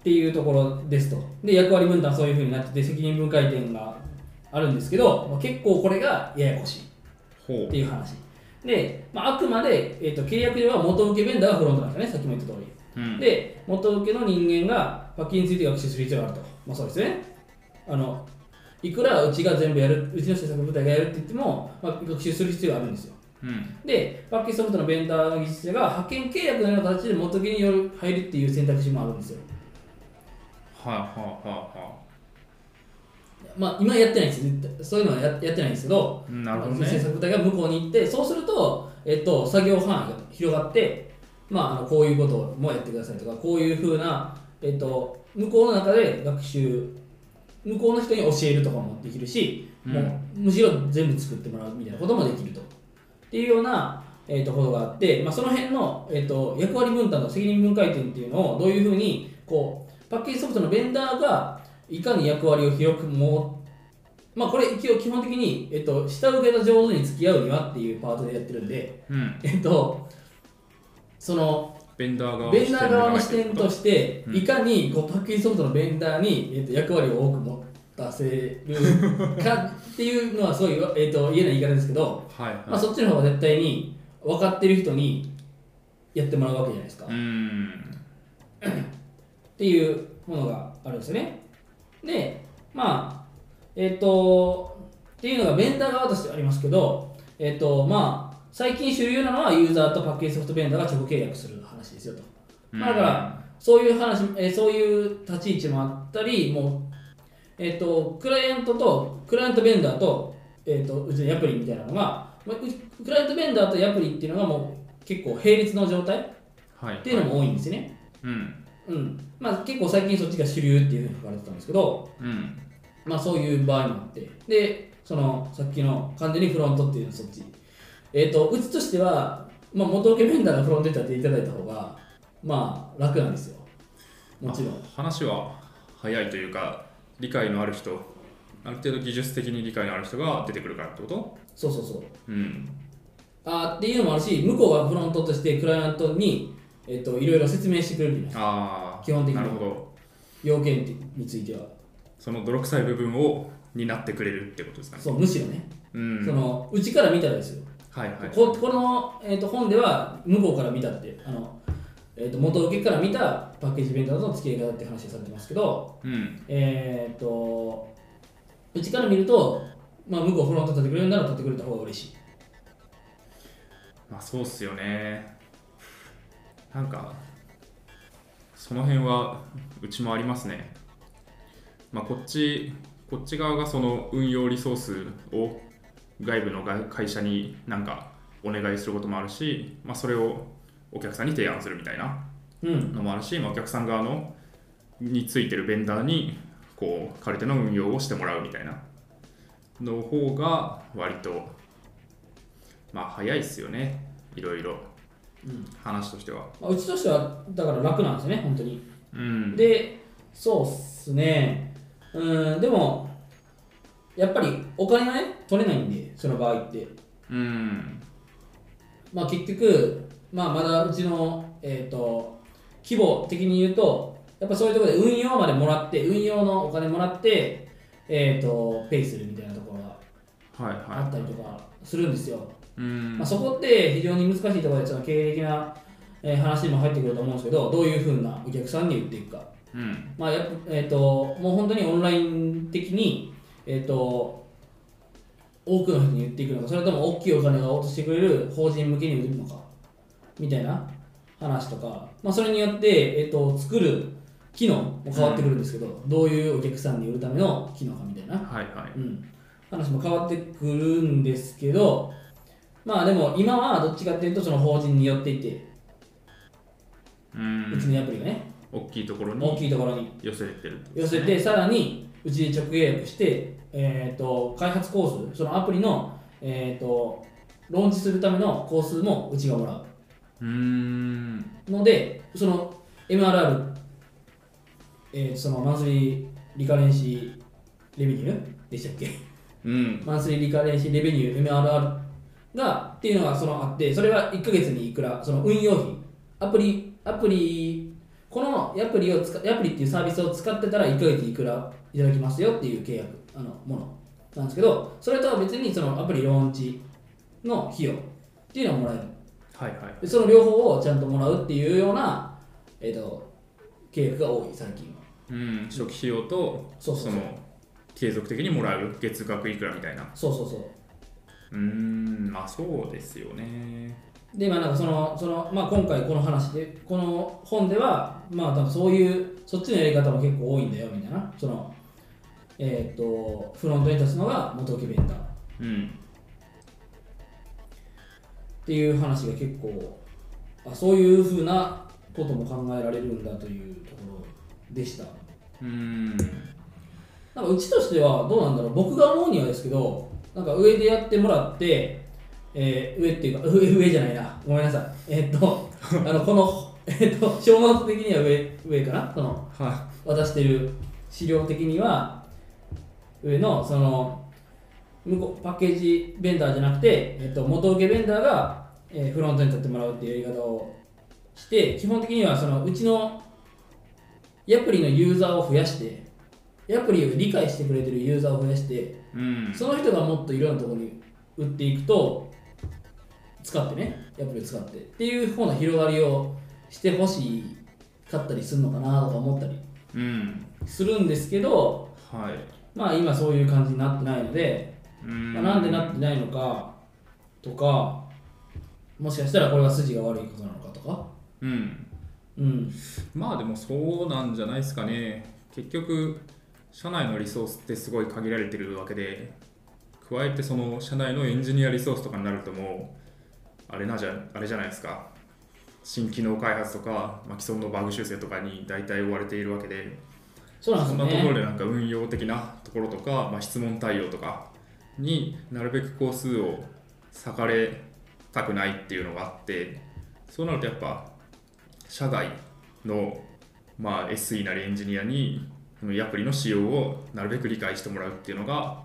C: っていうところですと。で、役割分担はそういうふうになってて、責任分解点があるんですけど、まあ、結構これがややこしい
B: ほ
C: っ
B: う
C: ていう話。で、まあ、あくまで、えー、と契約では元請けベンダーがフロントなんですよね、さっきも言った通り。
B: うん
C: で、元請けの人間が罰金について学習する必要があると。まあ、そうですね。あの、いくらうちが全部やる、うちの制作部隊がやるって言っても、まあ、学習する必要があるんですよ。
B: うん
C: で、パッケージソフトのベンダーの技術者が派遣契約のような形で元請けによる入るっていう選択肢もあるんですよ。
B: はいはいはいは
C: まあ、今やってないです絶対そういうのはややってないんですけど、
B: いなるほど
C: 制
B: ね
C: 作隊が向こうに行って、そうすると、えっと、作業範囲が広がって、まあ、あのこういうこともやってくださいとか、こういうふうな、えっと、向こうの中で学習、向こうの人に教えるとかもできるし、
B: うん
C: もうむしろ全部作ってもらうみたいなこともできると。っていうような、えー、とことがあって、まあ、その辺の、えー、と役割分担と責任分解点っていうのをどういうふうにこうパッケージソフトのベンダーがいかに役割を広くもまあこれ一応基本的に、えっと下請けと上手に付き合うにはっていうパートでやってるんで、
B: うん
C: えっとその
B: ベンダー側
C: ベンダー側の視点と
B: して
C: して、
B: うん
C: いかにこうパッケージソフトのベンダーに、えっと役割を多く持たせるかっていうのはそういう、えっと言えない言い方ですけど、
B: はいはい、
C: まあ、そっちの方が絶対に分かってる人にやってもらうわけじゃないですか、
B: う
C: っ
B: ん
C: ていうものがあるんですよねでまあえっ、とっていうのがベンダー側としてありますけどえっ、とまあ最近主流なのはユーザーとパッケージソフトベンダーが直契約する話ですよとまあだから、そういう話、えーそういう立ち位置もあったり、もう、えっ、と、クライアントと、クライアントベンダーと、えっ、と、うちのヤプリみたいなのが、まあうクライアントベンダーとヤプリっていうのがもう結構並列の状態っ
B: はい、
C: ていうのも多いんですね。
B: うん
C: うん。まあ結構最近そっちが主流っていうふうに書かれてたんですけど、
B: うん
C: まあそういう場合もあって、で、そのさっきの完全にフロントっていうのはそっち。えっ、と、うちとしては、まあ、元請けベンダーがフロントに立っていただいた方が、まあ楽なんですよ。もちろ
B: あ
C: ん。
B: 話は早いというか理解のある人ある程度技術的に理解のある人が出てくるからってこと
C: そうそうそ
B: う
C: う。
B: ん
C: あーっていうのもあるし、向こうがフロントとしてクライアントに、えっといろいろ説明してくれるみたいな、
B: ああ
C: 基本的に
B: なるほど
C: 要件については。
B: その泥臭い部分を担ってくれるってことですかね
C: そうむしろね、
B: うん
C: そのうちから見たらですよ。
B: はいはい
C: ここの、えっと本では向こうから見たって、あのえっと元請けから見たパッケージベンダーとの付き合い方って話をされてますけど、
B: うん
C: えっとうちから見ると、まあ、向こうフロント立ってくれるなら立ってくれた方が嬉しい。
B: まあそうっすよねなんかその辺はうちもありますねまあこっちこっち側がその運用リソースを外部のが会社になんかお願いすることもあるし、まあ、それをお客さんに提案するみたいな
C: うん、
B: のもあるし、まあ、お客さん側のについてるベンダーにこう借り手の運用をしてもらうみたいなの方が割とまあ早いっすよねいろいろ
C: うん
B: 話としては
C: まあうちとしてはだから楽なんですよね、本当に。
B: うん
C: で、そうっすね。うん、でも、やっぱりお金がね、取れないんで、その場合って。
B: うん
C: まあ結局、まあまだうちの、えっ、と、規模的に言うと、やっぱそういうところで運用までもらって、運用のお金もらって、えっ、と、ペイするみたいなところが
B: はい
C: あ
B: は
C: ったりとかするんですよ。
B: いうん
C: まあ、そこって非常に難しいところで、その経営的なえー話にも入ってくると思うんですけど、どういうふうなお客さんに売っていくか。
B: うん
C: まあやっぱえー、ともう本当にオンライン的に、えー、と多くの人に言っていくのかそれとも大きいお金が落としてくれる法人向けに売るのかみたいな話とか、まあ、それによって、えー、と作る機能も変わってくるんですけど、どういうお客さんに売るための機能かみたいな、
B: はいはい
C: うん、話も変わってくるんですけどまあでも今はどっちかっていうとその法人に寄っていて、
B: う
C: うち
B: ん
C: のアプリがね
B: 大きいところ
C: 大
B: に
C: きいところに
B: 寄せてる
C: 寄せて、さらにうちで直契約して、えー、と開発コース、そのアプリの、えー、とローンチするためのコースもうちがもらう。
B: うーん
C: のでその MRR、えーそのマンスリーリカレンシーレベニューでしたっけ
B: うん
C: マンスリーリカレンシーレベニュー MRR がっていうのがそのあってそれは1ヶ月にいくらその運用費アプリアプリこのアプリを使アプリっていうサービスを使ってたら1ヶ月いくらいただきますよっていう契約あのものなんですけどそれとは別にそのアプリローンチの費用っていうのをもらえる
B: はいはい
C: でその両方をちゃんともらうっていうような、えっと契約が多い最近は
B: うん初期費用と
C: そうそうそう
B: の継続的にもらう月額いくらみたいな
C: そうそうそう
B: うーんまあそうですよね
C: でまあなんかそのその、まあ、今回この話でこの本ではまあ多分そういうそっちのやり方も結構多いんだよみたいなそのえっ、とフロントに立つのが元請けベンダーっ
B: うん
C: ていう話が結構あそういうふうなことも考えられるんだというところでした
B: うーん
C: なんかうちとしてはどうなんだろう僕が思うにはですけどなんか上でやってもらって、えー上っていうか上上じゃないなごめんなさいえーっとあのこのえーっと小ノート的には上上かなその
B: は
C: 渡してる資料的には上のその向こうパッケージベンダーじゃなくて、えっと、元請けベンダーが、えーフロントに立ってもらうっていうやり方をして基本的にはそのうちのアプリのユーザーを増やしてアプリを理解してくれてるユーザーを増やして
B: うん
C: その人がもっといろんなところに売っていくと使ってねアプリを使ってっていう方の広がりをしてほしかったりするのかなとか思ったり
B: うん
C: するんですけど、
B: はい
C: まあ、今そういう感じになってないので、
B: うーん
C: まあなんでなってないのかとかもしかしたらこれは筋が悪いことなのかとか、
B: うん
C: うん、
B: まあでもそうなんじゃないですかね結局社内のリソースってすごい限られてるわけで加えてその社内のエンジニアリソースとかになるともうあれなじゃあれじゃないですか新機能開発とか、まあ、既存のバグ修正とかに大体追われているわけで
C: そうなんで
B: そ
C: す
B: んな
C: よ
B: ところ
C: ね。
B: でなんか運用的なところとか、まあ、質問対応とかになるべく個数を割かれたくないっていうのがあってそうなるとやっぱ社外の、まあ、SE なりエンジニアにそのアプリの仕様をなるべく理解してもらうっていうのが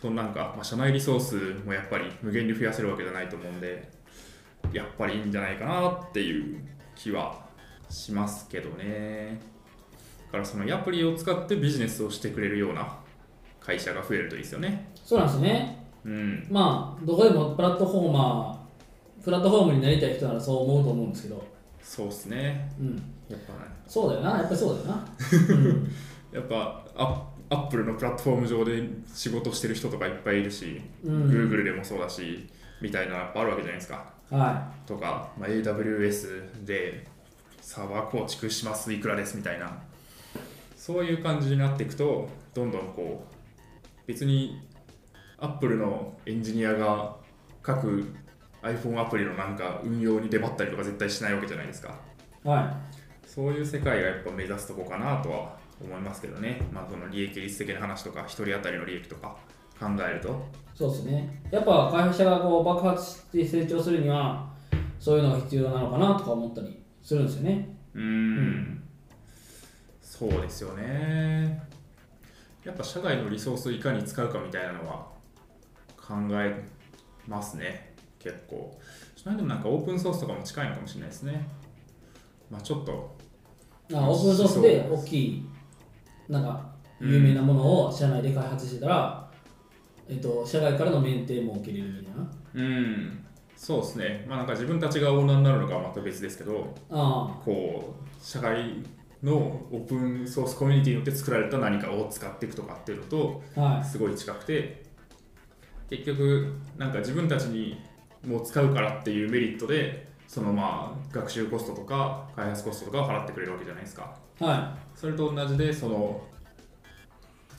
B: そのなんか、まあ、社内リソースもやっぱり無限に増やせるわけじゃないと思うんでやっぱりいいんじゃないかなっていう気はしますけどね。だからそのアプリを使ってビジネスをしてくれるような会社が増えるといいですよね。
C: そうなんですよね。
B: うん。
C: まあ、どこでもプラットフォーマー、プラットフォームになりたい人ならそう思うと思うんですけど、
B: そうっすね。
C: うん、
B: やっぱね、
C: そうだよな、やっぱりそうだよな。
B: やっぱアアップルのプラットフォーム上で仕事してる人とかいっぱいいるし、
C: うん
B: Google でもそうだし、みたいなのやっぱあるわけじゃないですか。
C: は
B: とか、まあ、AWS でサーバー構築しますいくらですみたいなそういう感じになっていくとどんどんこう別に Apple のエンジニアが各 iPhone アプリのなんか運用に出張ったりとか絶対しないわけじゃないですか
C: い、は
B: そういう世界がやっぱ目指すとこかなとは思いますけどね、まあ、その利益率的な話とか1人当たりの利益とか考えると
C: い、そうですね。やっぱ会社がこう爆発して成長するには、そういうのが必要なのかなとか思ったりするんですよね。
B: うーんそうですよね。やっぱ社外のリソースをいかに使うかみたいなのは考えますね、結構。その辺でもなんかオープンソースとかも近いのかもしれないですね。まあちょっと、
C: あオープンソースで大きいなんか有名なものを社内で開発してたら、えっと、社外からの免停も受けれるみたいな
B: うん、そうですね。まあなんか自分たちがオーナーになるのかはまた別ですけど、
C: あ
B: こう、社外のオープンソースコミュニティによって作られた何かを使っていくとかっていうのと、
C: あは
B: すごい近くて結局なんか自分たちにもう使うからっていうメリットでそのまあ学習コストとか開発コストとかを払ってくれるわけじゃないですか
C: いは
B: それと同じでその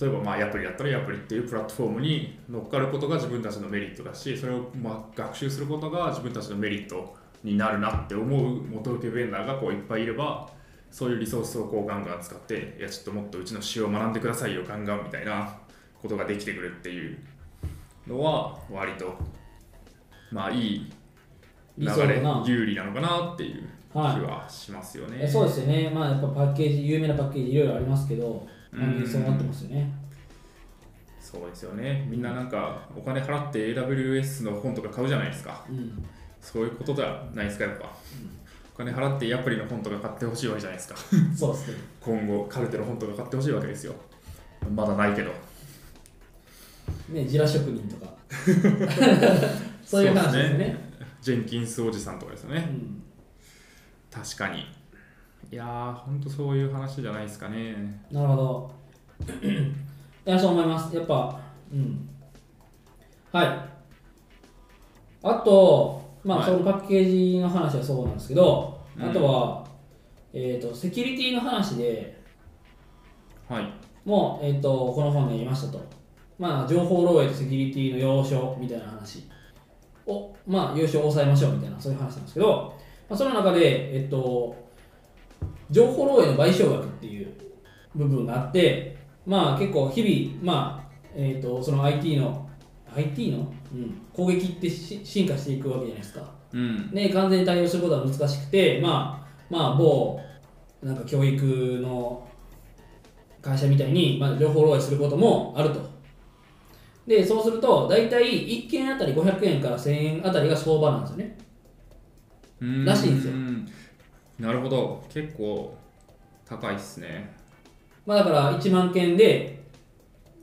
B: 例えばまあアプリだったらアプリっていうプラットフォームに乗っかることが自分たちのメリットだしそれをまあ学習することが自分たちのメリットになるなって思う元請けベンダーがこういっぱいいればそういうリソースをこうガンガン使っていやちょっともっとうちの仕様を学んでくださいよガンガンみたいなことができてくるっていうのは割とまあいい流
C: 理想だ
B: れ
C: な
B: 有利なのかなっていう気
C: はい
B: はしますよね。
C: えそうですよね、まあ、やっぱパッケージ、有名なパッケージいろいろありますけど、まあ、
B: うん
C: そうなってますよね。
B: そうですよね。みんななんかお金払って AWS の本とか買うじゃないですか。
C: うん、
B: そういうことではないですか、やっぱ。お金払ってアプリの本とか買ってほしいわけじゃないですか。
C: そうですね。
B: 今後、カルテの本とか買ってほしいわけですよ。まだないけど。
C: ね、ジラ職人 とか。そういう話ですね。
B: ジェンキンスおじさんとかですよ
C: う
B: ね。
C: ん
B: 確かに。いやー、ほんとそういう話じゃないですかね。
C: なるほど。 いや、そう思います。やっぱ、うん。はい。あと、まあ、
B: はい
C: そのパッケージの話はそうなんですけど、
B: うん
C: あとは、えっ、と、セキュリティの話で
B: はい。
C: もう、えっ、と、この本で言いましたと。まあ、情報漏洩とセキュリティの要所みたいな話を、まあ、要所を抑えましょうみたいな、そういう話なんですけど、まあ、その中で、えっ、と、情報漏洩の賠償額っていう部分があって、まあ、結構日々、まあえー、とその IT の IT の、うん、攻撃ってし進化していくわけじゃないですか。
B: うん。
C: ね、完全に対応することは難しくて、まあ、まあ、某なんか教育の会社みたいに、まあ、情報漏洩することもあると。で、そうすると、大体1件あたり500円から1000円あたりが相場なんですよね。
B: うん
C: らしいんですよ
B: うんなるほど。結構高いっすね。
C: まあ、だから1万件で、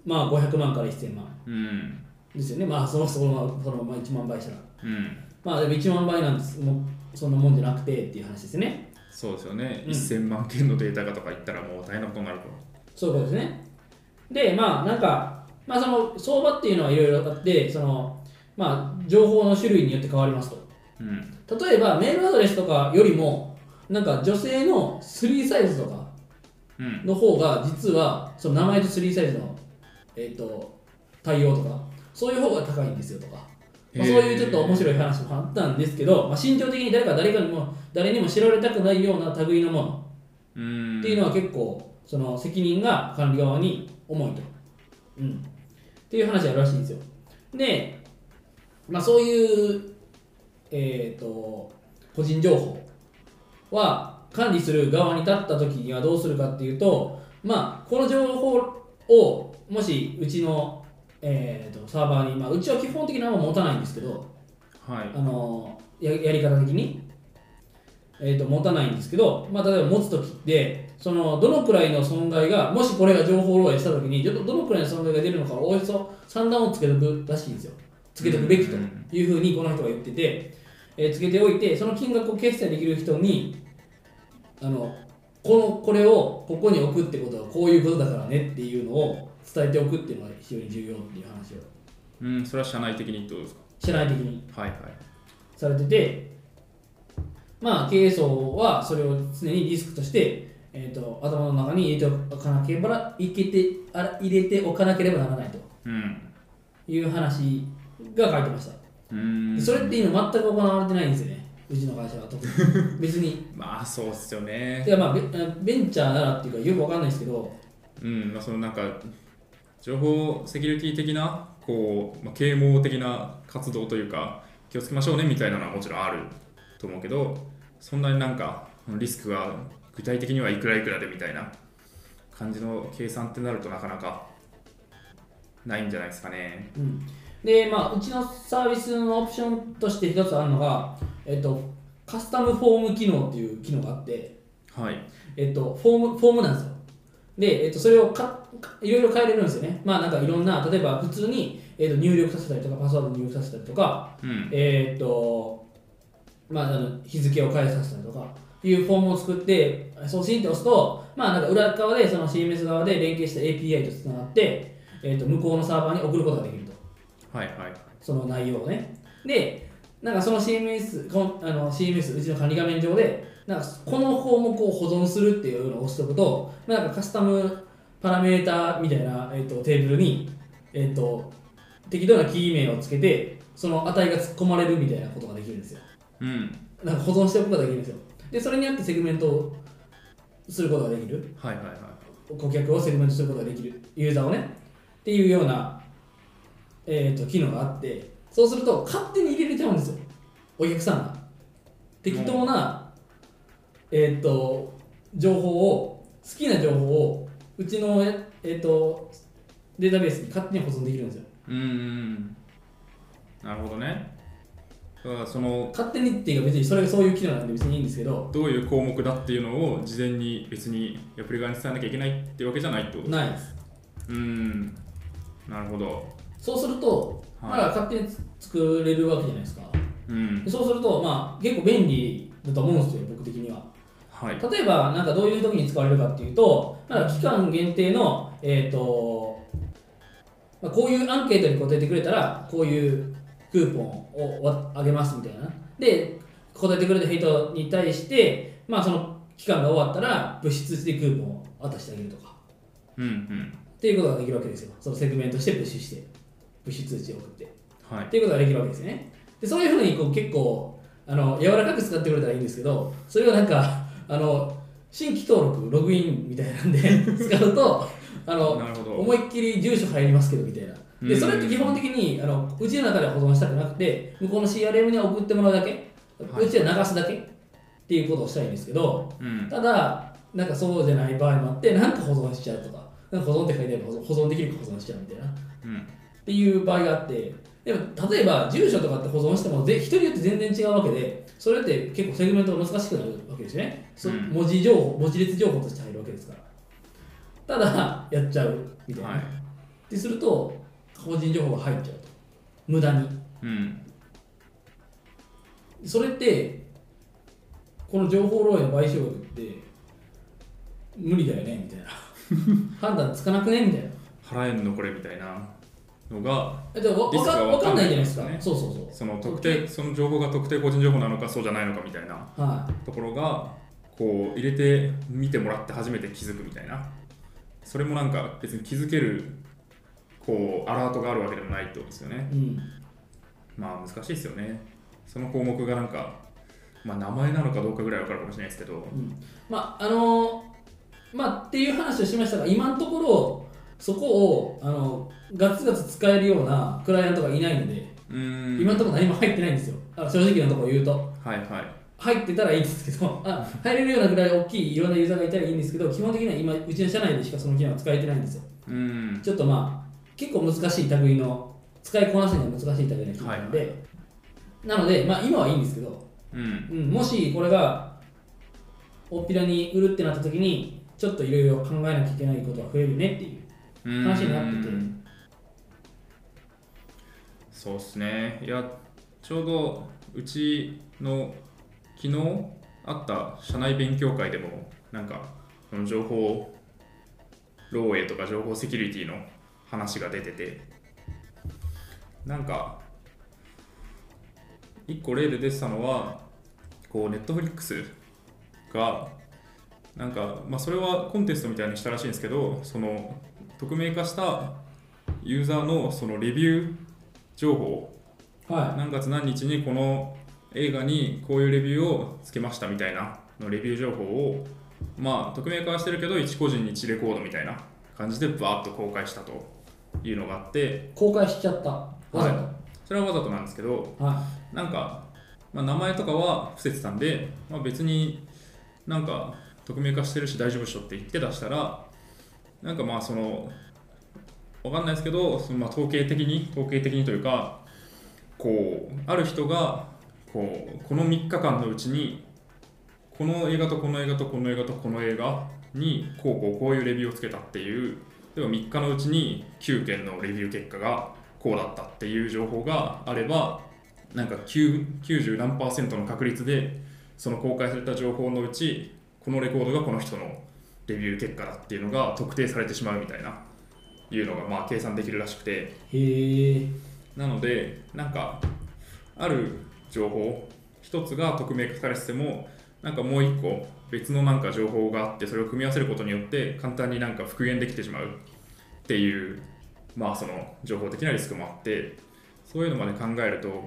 C: まあ、500万から1000万
B: うん。
C: ですよね。まあ、そのそのままそのまま1万倍したら。
B: うん。
C: まあ、でも1万倍なんですもうそんなもんじゃなくてっていう話ですね。
B: そうですよね、
C: うん
B: 1000万件のデータがとか言ったらもう大変なことになるから
C: そういうことですね。で、まあ、なんか、まあ、その相場っていうのはいろいろあって、その、まあ、情報の種類によって変わりますと。
B: うん
C: 例えば、メールアドレスとかよりも、なんか女性の3サイズとか
B: うん
C: の方が、実は、その名前と3サイズの、えっ、と、対応とか、そういう方が高いんですよとか。まあ、そういうちょっと面白い話もあったんですけど、まあ、心情的に誰か誰かにも誰にも知られたくないような類のもの
B: うん
C: っていうのは結構その責任が管理側に重いと、うん、っていう話があるらしいんですよで、まあ、そういう、えー、と個人情報は管理する側に立った時にはどうするかっていうと、まあ、この情報をもしうちの、えー、とサーバーに、まあ、うちは基本的なもの持たないんですけど
B: はい
C: あのややり方的に、えー、と持たないんですけど、まあ、例えば持つ時ってそのどのくらいの損害がもしこれが情報漏洩した時にどどのくらいの損害が出るのかおおよそ算段をつけとくらしいんですよつけとくべきというふうにこの人が言ってて、えーつけておいてその金額を決済できる人にあのこのこれをここに置くってことはこういうことだからねっていうのを伝えておくっていうのが非常に重要っていう話を
B: うんそれは社内的にってことです
C: 社内的に
B: かはいはい
C: されてて、まあ、経営層はそれを常にリスクとして、えー、と頭の中に入れておかなければいけてあら入れておかなければならないと
B: うん
C: いう話が書いてました。
B: うん
C: それって今全く行われてないんですよね、うちの会社は 特に。別に。
B: まあそうっすよね
C: いやまあベ、ベンチャーならっていうかよくわかんないですけど、
B: うんまあそのなんか情報セキュリティ的なこう、まあ、啓蒙的な活動というか気をつけましょうねみたいなのはもちろんあると思うけどそんなになんかリスクが具体的にはいくらいくらでみたいな感じの計算ってなるとなかなかないんじゃないですかね
C: うん、で、まあ、うちのサービスのオプションとして一つあるのが、えっ、と、カスタムフォーム機能っていう機能があって、
B: はい
C: えっと、フォーム、フォームなんですよ。で、えっと、それをかかいろいろ変えれるんですよね。まあ、なんかいろんな、例えば普通に、えっと、入力させたりとか、パスワード入力させたりとか、
B: うん
C: えっと、まあ、あの日付を変えさせたりとか、いうフォームを作って、送信って押すと、まあ、なんか裏側で、その CMS 側で連携した API とつながって、えっと、向こうのサーバーに送ることができると。
B: はいはい
C: その内容をね。で、なんかその CMS、こんあの CMS、うちの管理画面上で、なんかこの項目を保存するっていうのを押しておくと、まあ、なんかカスタムパラメータみたいな、えっとテーブルに、えっと適当なキー名をつけて、その値が突っ込まれるみたいなことができるんですよ。
B: うん
C: なんか保存しておくことができるんですよ。で、それによってセグメントをすることができる。
B: はいはいはい
C: 顧客をセグメントすることができるユーザーをねっていうような、えー、と機能があってそうすると勝手に入れれちゃうんですよお客さんが適当な、えーっと情報を好きな情報をうちのええーっとデータベースに勝手に保存できるんですよ
B: うんうんなるほどねだからその
C: 勝手にっていうか別にそれそういう機能なんで別にいいんですけど
B: どういう項目だっていうのを事前に別にアプリ側に伝えなきゃいけないってわけじゃないってこと
C: ないです
B: うんなるほど
C: そうすると、
B: はい
C: まだ勝手に作れるわけじゃないですか
B: うん
C: そうするとまあ結構便利だと思うんですよ僕的には
B: はい
C: 例えばなんかどういう時に使われるかっていうと、まあ、期間限定の、えーとまあ、こういうアンケートに答えてくれたらこういうクーポンをわあげますみたいなで答えてくれた人に対して、まあ、その期間が終わったら物質してクーポンを渡してあげるとか
B: うんうん
C: っていうことができるわけですよそのセグメントしてプッシュしてプッシュ通知を送って
B: はい
C: っていうことができるわけですね。でそういうふうにこう結構あの柔らかく使ってくれたらいいんですけどそれがなんかあの新規登録ログインみた いなんで使うとあの
B: なるほど
C: 思いっきり住所入りますけどみたいな。
B: う
C: で
B: ん
C: それって基本的にあのうちの中では保存したくなくて向こうの CRM に送ってもらうだけ、
B: はいう
C: ちで流すだけっていうことをしたいんですけど
B: うん
C: ただなんかそうじゃない場合もあってなんか保存しちゃうとかなんか保存って書いてある保存保存できるか保存しちゃうみたいな
B: うん
C: っていう場合があってでも例えば住所とかって保存してもぜ人によって全然違うわけでそれって結構セグメントが難しくなるわけですよね、そ
B: うん
C: 文字情報文字列情報として入るわけですからただやっちゃうみたいな、
B: はい
C: ってすると個人情報が入っちゃうと無駄に
B: うん
C: それってこの情報漏洩の賠償額って無理だよねみたい な判断つかなくねみたいな
B: 払えんのこれみたいなのが
C: えでもわ
B: リスク
C: か
B: が
C: わ
B: わ
C: か
B: か
C: ん
B: んな
C: な
B: いい
C: じゃないですか
B: ですね
C: そうそうそう
B: その特定その情報が特定個人情報なのかそうじゃないのかみたいな
C: はい
B: ところがこう入れて見てもらって初めて気づくみたいなそれもなんか別に気づけるこうアラートがあるわけでもないってことですよね
C: うん
B: まあ難しいですよねその項目がなんか、まあ、名前なのかどうかぐらいわかるかもしれないですけど
C: うんまああのーまあっていう話をしましたが今のところそこをあのガツガツ使えるようなクライアントがいないので、
B: うーん
C: 今のところ何も入ってないんですよあ正直なところ言うと
B: はいはい
C: 入ってたらいいんですけど あ入れるようなぐらい大きいいろんなユーザーがいたらいいんですけど基本的には今うちの社内でしかその機能は使えてないんですよ
B: うーん
C: ちょっとまあ結構難しい類の使いこなすには難しい類の機能なんで、なのでまあ今はいいんですけど
B: うん
C: うん、もしこれが大っぴらに売るってなった時にちょっといろいろ考えなきゃいけないことが増えるねっていう
B: うーん
C: 話になってて
B: そうっすねいやちょうどうちの昨日あった社内勉強会でもなんかその情報漏洩とか情報セキュリティの話が出ててなんか一個例で出てたのはこうネットフリックスがなんか、まあ、それはコンテストみたいにしたらしいんですけどその匿名化したユーザーのそのレビュー情報
C: は
B: 何月何日にこの映画にこういうレビューをつけましたみたいなのレビュー情報をまあ匿名化はしてるけど一個人に1レコードみたいな感じでバーッと公開したというのがあって
C: い公開しちゃったわざと
B: それはわざとなんですけど
C: は
B: なんか、まあ、名前とかは伏せてたんで、まあ、別になんか匿名化してるし大丈夫っしょって言って出したらなんかまあそのわかんないですけどそのまあ統計的に統計的にというかこうある人がこうこの3日間のうちにこの映画とこの映画とこの映画とこの映画にこうこうこういうレビューをつけたっていう例えば3日のうちに9件のレビュー結果がこうだったっていう情報があればなんか9 90何パーセントの確率でその公開された情報のうちこのレコードがこの人のレビュー結果だっていうのが特定されてしまうみたいないうのがまあ計算できるらしくて
C: いへえ
B: なのでなんかある情報一つが匿名化されててもなんかもう一個別のなんか情報があってそれを組み合わせることによって簡単になんか復元できてしまうっていうまあその情報的なリスクもあってそういうのまで考えると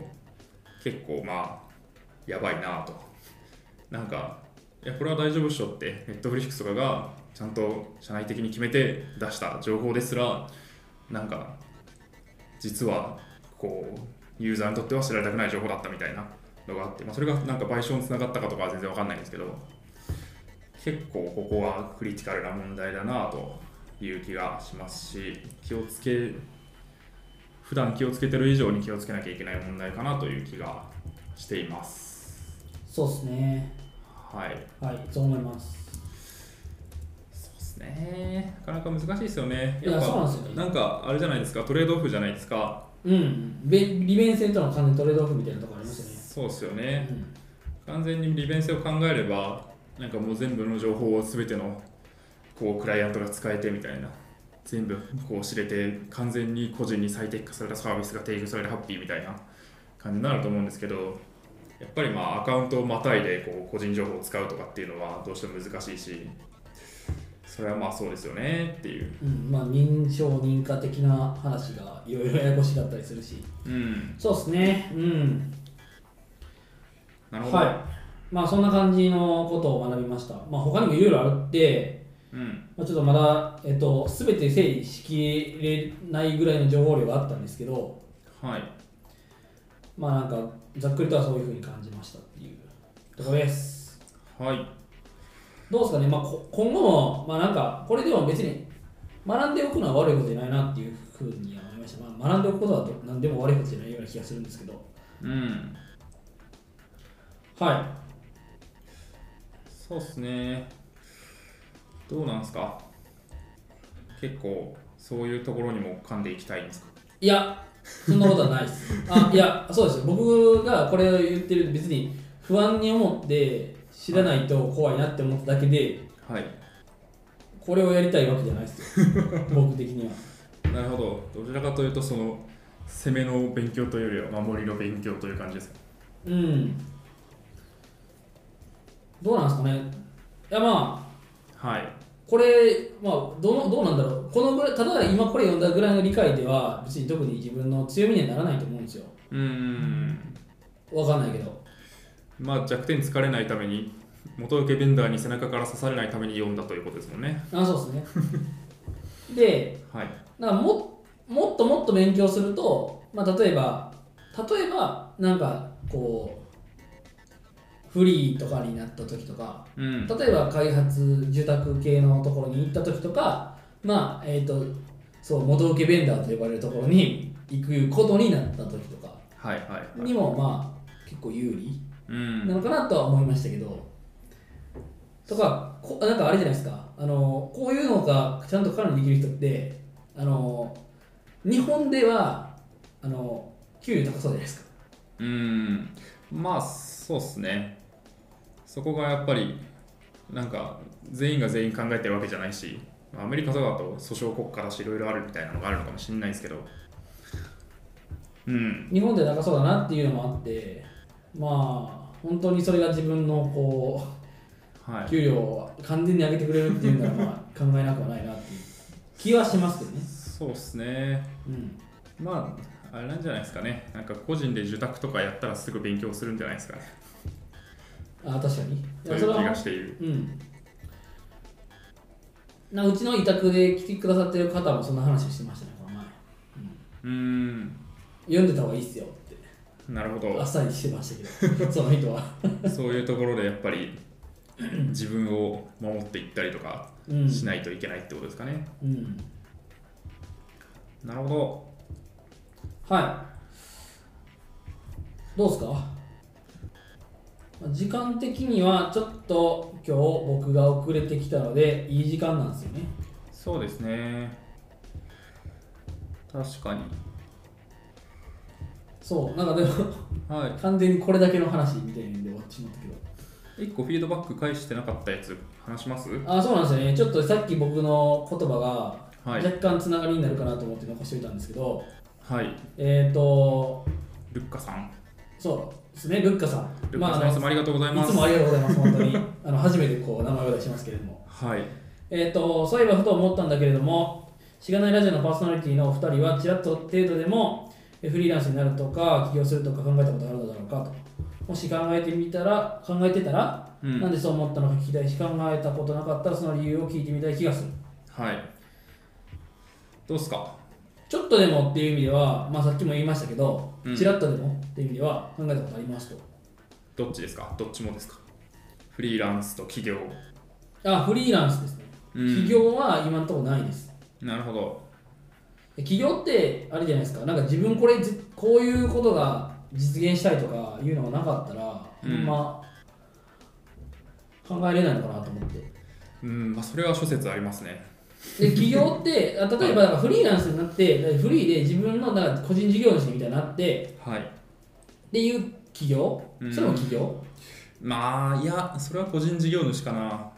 B: 結構まあやばいなとなんかいやこれは大丈夫っしょってネットフリックスとかがちゃんと社内的に決めて出した情報ですらなんか実はこうユーザーにとっては知られたくない情報だったみたいなのがあって、まあ、それがなんか賠償につながったかとかは全然わかんないんですけど結構ここはクリティカルな問題だなという気がしますし気をつけ普段気をつけてる以上に気をつけなきゃいけない問題かなという気がしています
C: そうですね
B: はい
C: はいそう思います
B: そうですねなかなか難しいですよね
C: いや
B: やっぱ
C: そうなんですよね
B: なんかあれじゃないですかトレードオフじゃないですか
C: うんべ利便性との完全トレードオフみたいなところありまし
B: そうですよ
C: た
B: ね
C: ね、うん
B: 完全に利便性を考えればなんかもう全部の情報を全てのこうクライアントが使えてみたいな全部こう知れて完全に個人に最適化されたサービスが提供されてハッピーみたいな感じになると思うんですけどやっぱりまあアカウントをまたいでこう個人情報を使うとかっていうのはどうしても難しいしそれはまあそうですよねっていう
C: うんまあ認証認可的な話がいろいろややこしかったりするし
B: うん
C: そうですねうん
B: なるほど、
C: はいまあそんな感じのことを学びましたまあ他にもいろいろあるって
B: うん
C: まあ、ちょっとまだ、えっと、全て整理しきれないぐらいの情報量があったんですけど、
B: はい
C: まあなんか、ざっくりとはそういうふうに感じましたっていうところです。
B: はい
C: どうですかね、まあ、こ今後も、まあなんか、これでは別に学んでおくのは悪いことじゃないなっていうふうには思いました。まあ、学んでおくことは何でも悪いことじゃないような気がするんですけど、
B: うん
C: は
B: そうっすね。どうなんすか結構そういうところにも噛んでいきたいんですか
C: い。いや、そんなことはないです。あいや、そうですよ。僕がこれを言ってる別に不安に思って知らないと怖いなって思っただけで、
B: はい。
C: これをやりたいわけじゃないですよ僕的には
B: なるほど。どちらかというと、その攻めの勉強というよりは守りの勉強という感じですか
C: うんどうなんですかねいやまあ
B: はい。
C: これまあどのどうなんだろうこのぐらいただ今これ読んだぐらいの理解では別に特に自分の強みにはならないと思うんですよ
B: うーん。
C: わかんないけど
B: まあ弱点つかれないために、元請けベンダーに背中から刺されないために読んだということですもんね。
C: あそうですねで
B: はい。
C: なんかももっともっと勉強すると、まあ、例えば例えばなんかこうフリーとかになった時とか
B: うん。
C: 例えば開発住宅系のところに行った時とかまあえっ、とそう元請けベンダーと呼ばれるところに行くことになった時とか
B: はいはい、はい。
C: にもまあ結構有利
B: う。
C: なんのかなとは思いましたけどとかこなんかあれじゃないですかあのこういうのがちゃんと管理できる人ってあの日本ではあの給料高そうじゃないですか
B: うんまあそうっすねそこがやっぱりなんか全員が全員考えてるわけじゃないしアメリカとかだと訴訟国家だしいろいろあるみたいなのがあるのかもしれないですけどうん
C: 日本で高そうだなっていうのもあってまあ本当にそれが自分のこう
B: はい
C: 給料を完全に上げてくれるっていうのはまあ考えなくはないなっていう気はしますけどね。
B: そうっすね
C: うん、
B: まああれなんじゃないですかねなんか個人で受託とかやったらすぐ勉強するんじゃないですかね
C: あ確かに。い
B: とい
C: や
B: う
C: そ
B: 気
C: れは
B: がしている
C: うんなうちの委託で来てくださってる方もそんな話してましたね、この前。
B: うん
C: 読んでた方がいいっすよって、
B: なるほ
C: あ っ
B: ど
C: さりしてました けど、その人は。
B: そういうところでやっぱり自分を守っていったりとか
C: うん、
B: しないといけないってことですかね、
C: うん、
B: なるほど。
C: はい。どうですかまあ時間的にはちょっと今日僕が遅れてきたので、いい時間なんですよね。
B: そうですね。確かに。
C: そう、なんかでも。
B: は
C: 完全にこれだけの話みたいなんで終わってしまったけど
B: い。一個フィードバック返してなかったやつ話します
C: あそうなんですよねちょっとさっき僕の言葉が
B: はい
C: 若干つながりになるかなと思って残しておいたんですけど、
B: はい。
C: えっ、ー、と
B: ルッカさん。
C: そうですねルッカさん
B: ルッカさん、いつもありがとうござい
C: あの
B: ま
C: い
B: す。
C: つもありがとうございます本当に あの初めてこう名前を出しますけれども
B: はい。
C: えっ、とそういえばふと思ったんだけれどもしがないラジオのパーソナリティのお二人はちらっと程度でもえフリーランスになるとか起業するとか考えたことあるのだろうかともし考えてみたら考えてたら
B: う
C: なん
B: ん。
C: でそう思ったのか聞きたいし考えたことなかったらその理由を聞いてみたい気がする
B: はい。どうっすか
C: ちょっとでもっていう意味では、まあ、さっきも言いましたけど、
B: うん
C: ちらっとでもっていう意味では考えたことありますと
B: どっちですかどっちもですかフリーランスと企業
C: あフリーランスですね、
B: うん
C: 企業は今のところないです
B: なるほど
C: で企業ってあれじゃないですかなんか自分これじこういうことが実現したいとかいうのがなかったら、
B: うん
C: ほんま考えれないのかなと思って
B: うんまあそれは諸説ありますね
C: で企業ってあ例えばなんかフリーランスになってだからフリーで自分のなんか個人事業主みたいになって
B: はい
C: っていう企業
B: うん
C: それも企業、
B: まあいやそれは個人事業主かな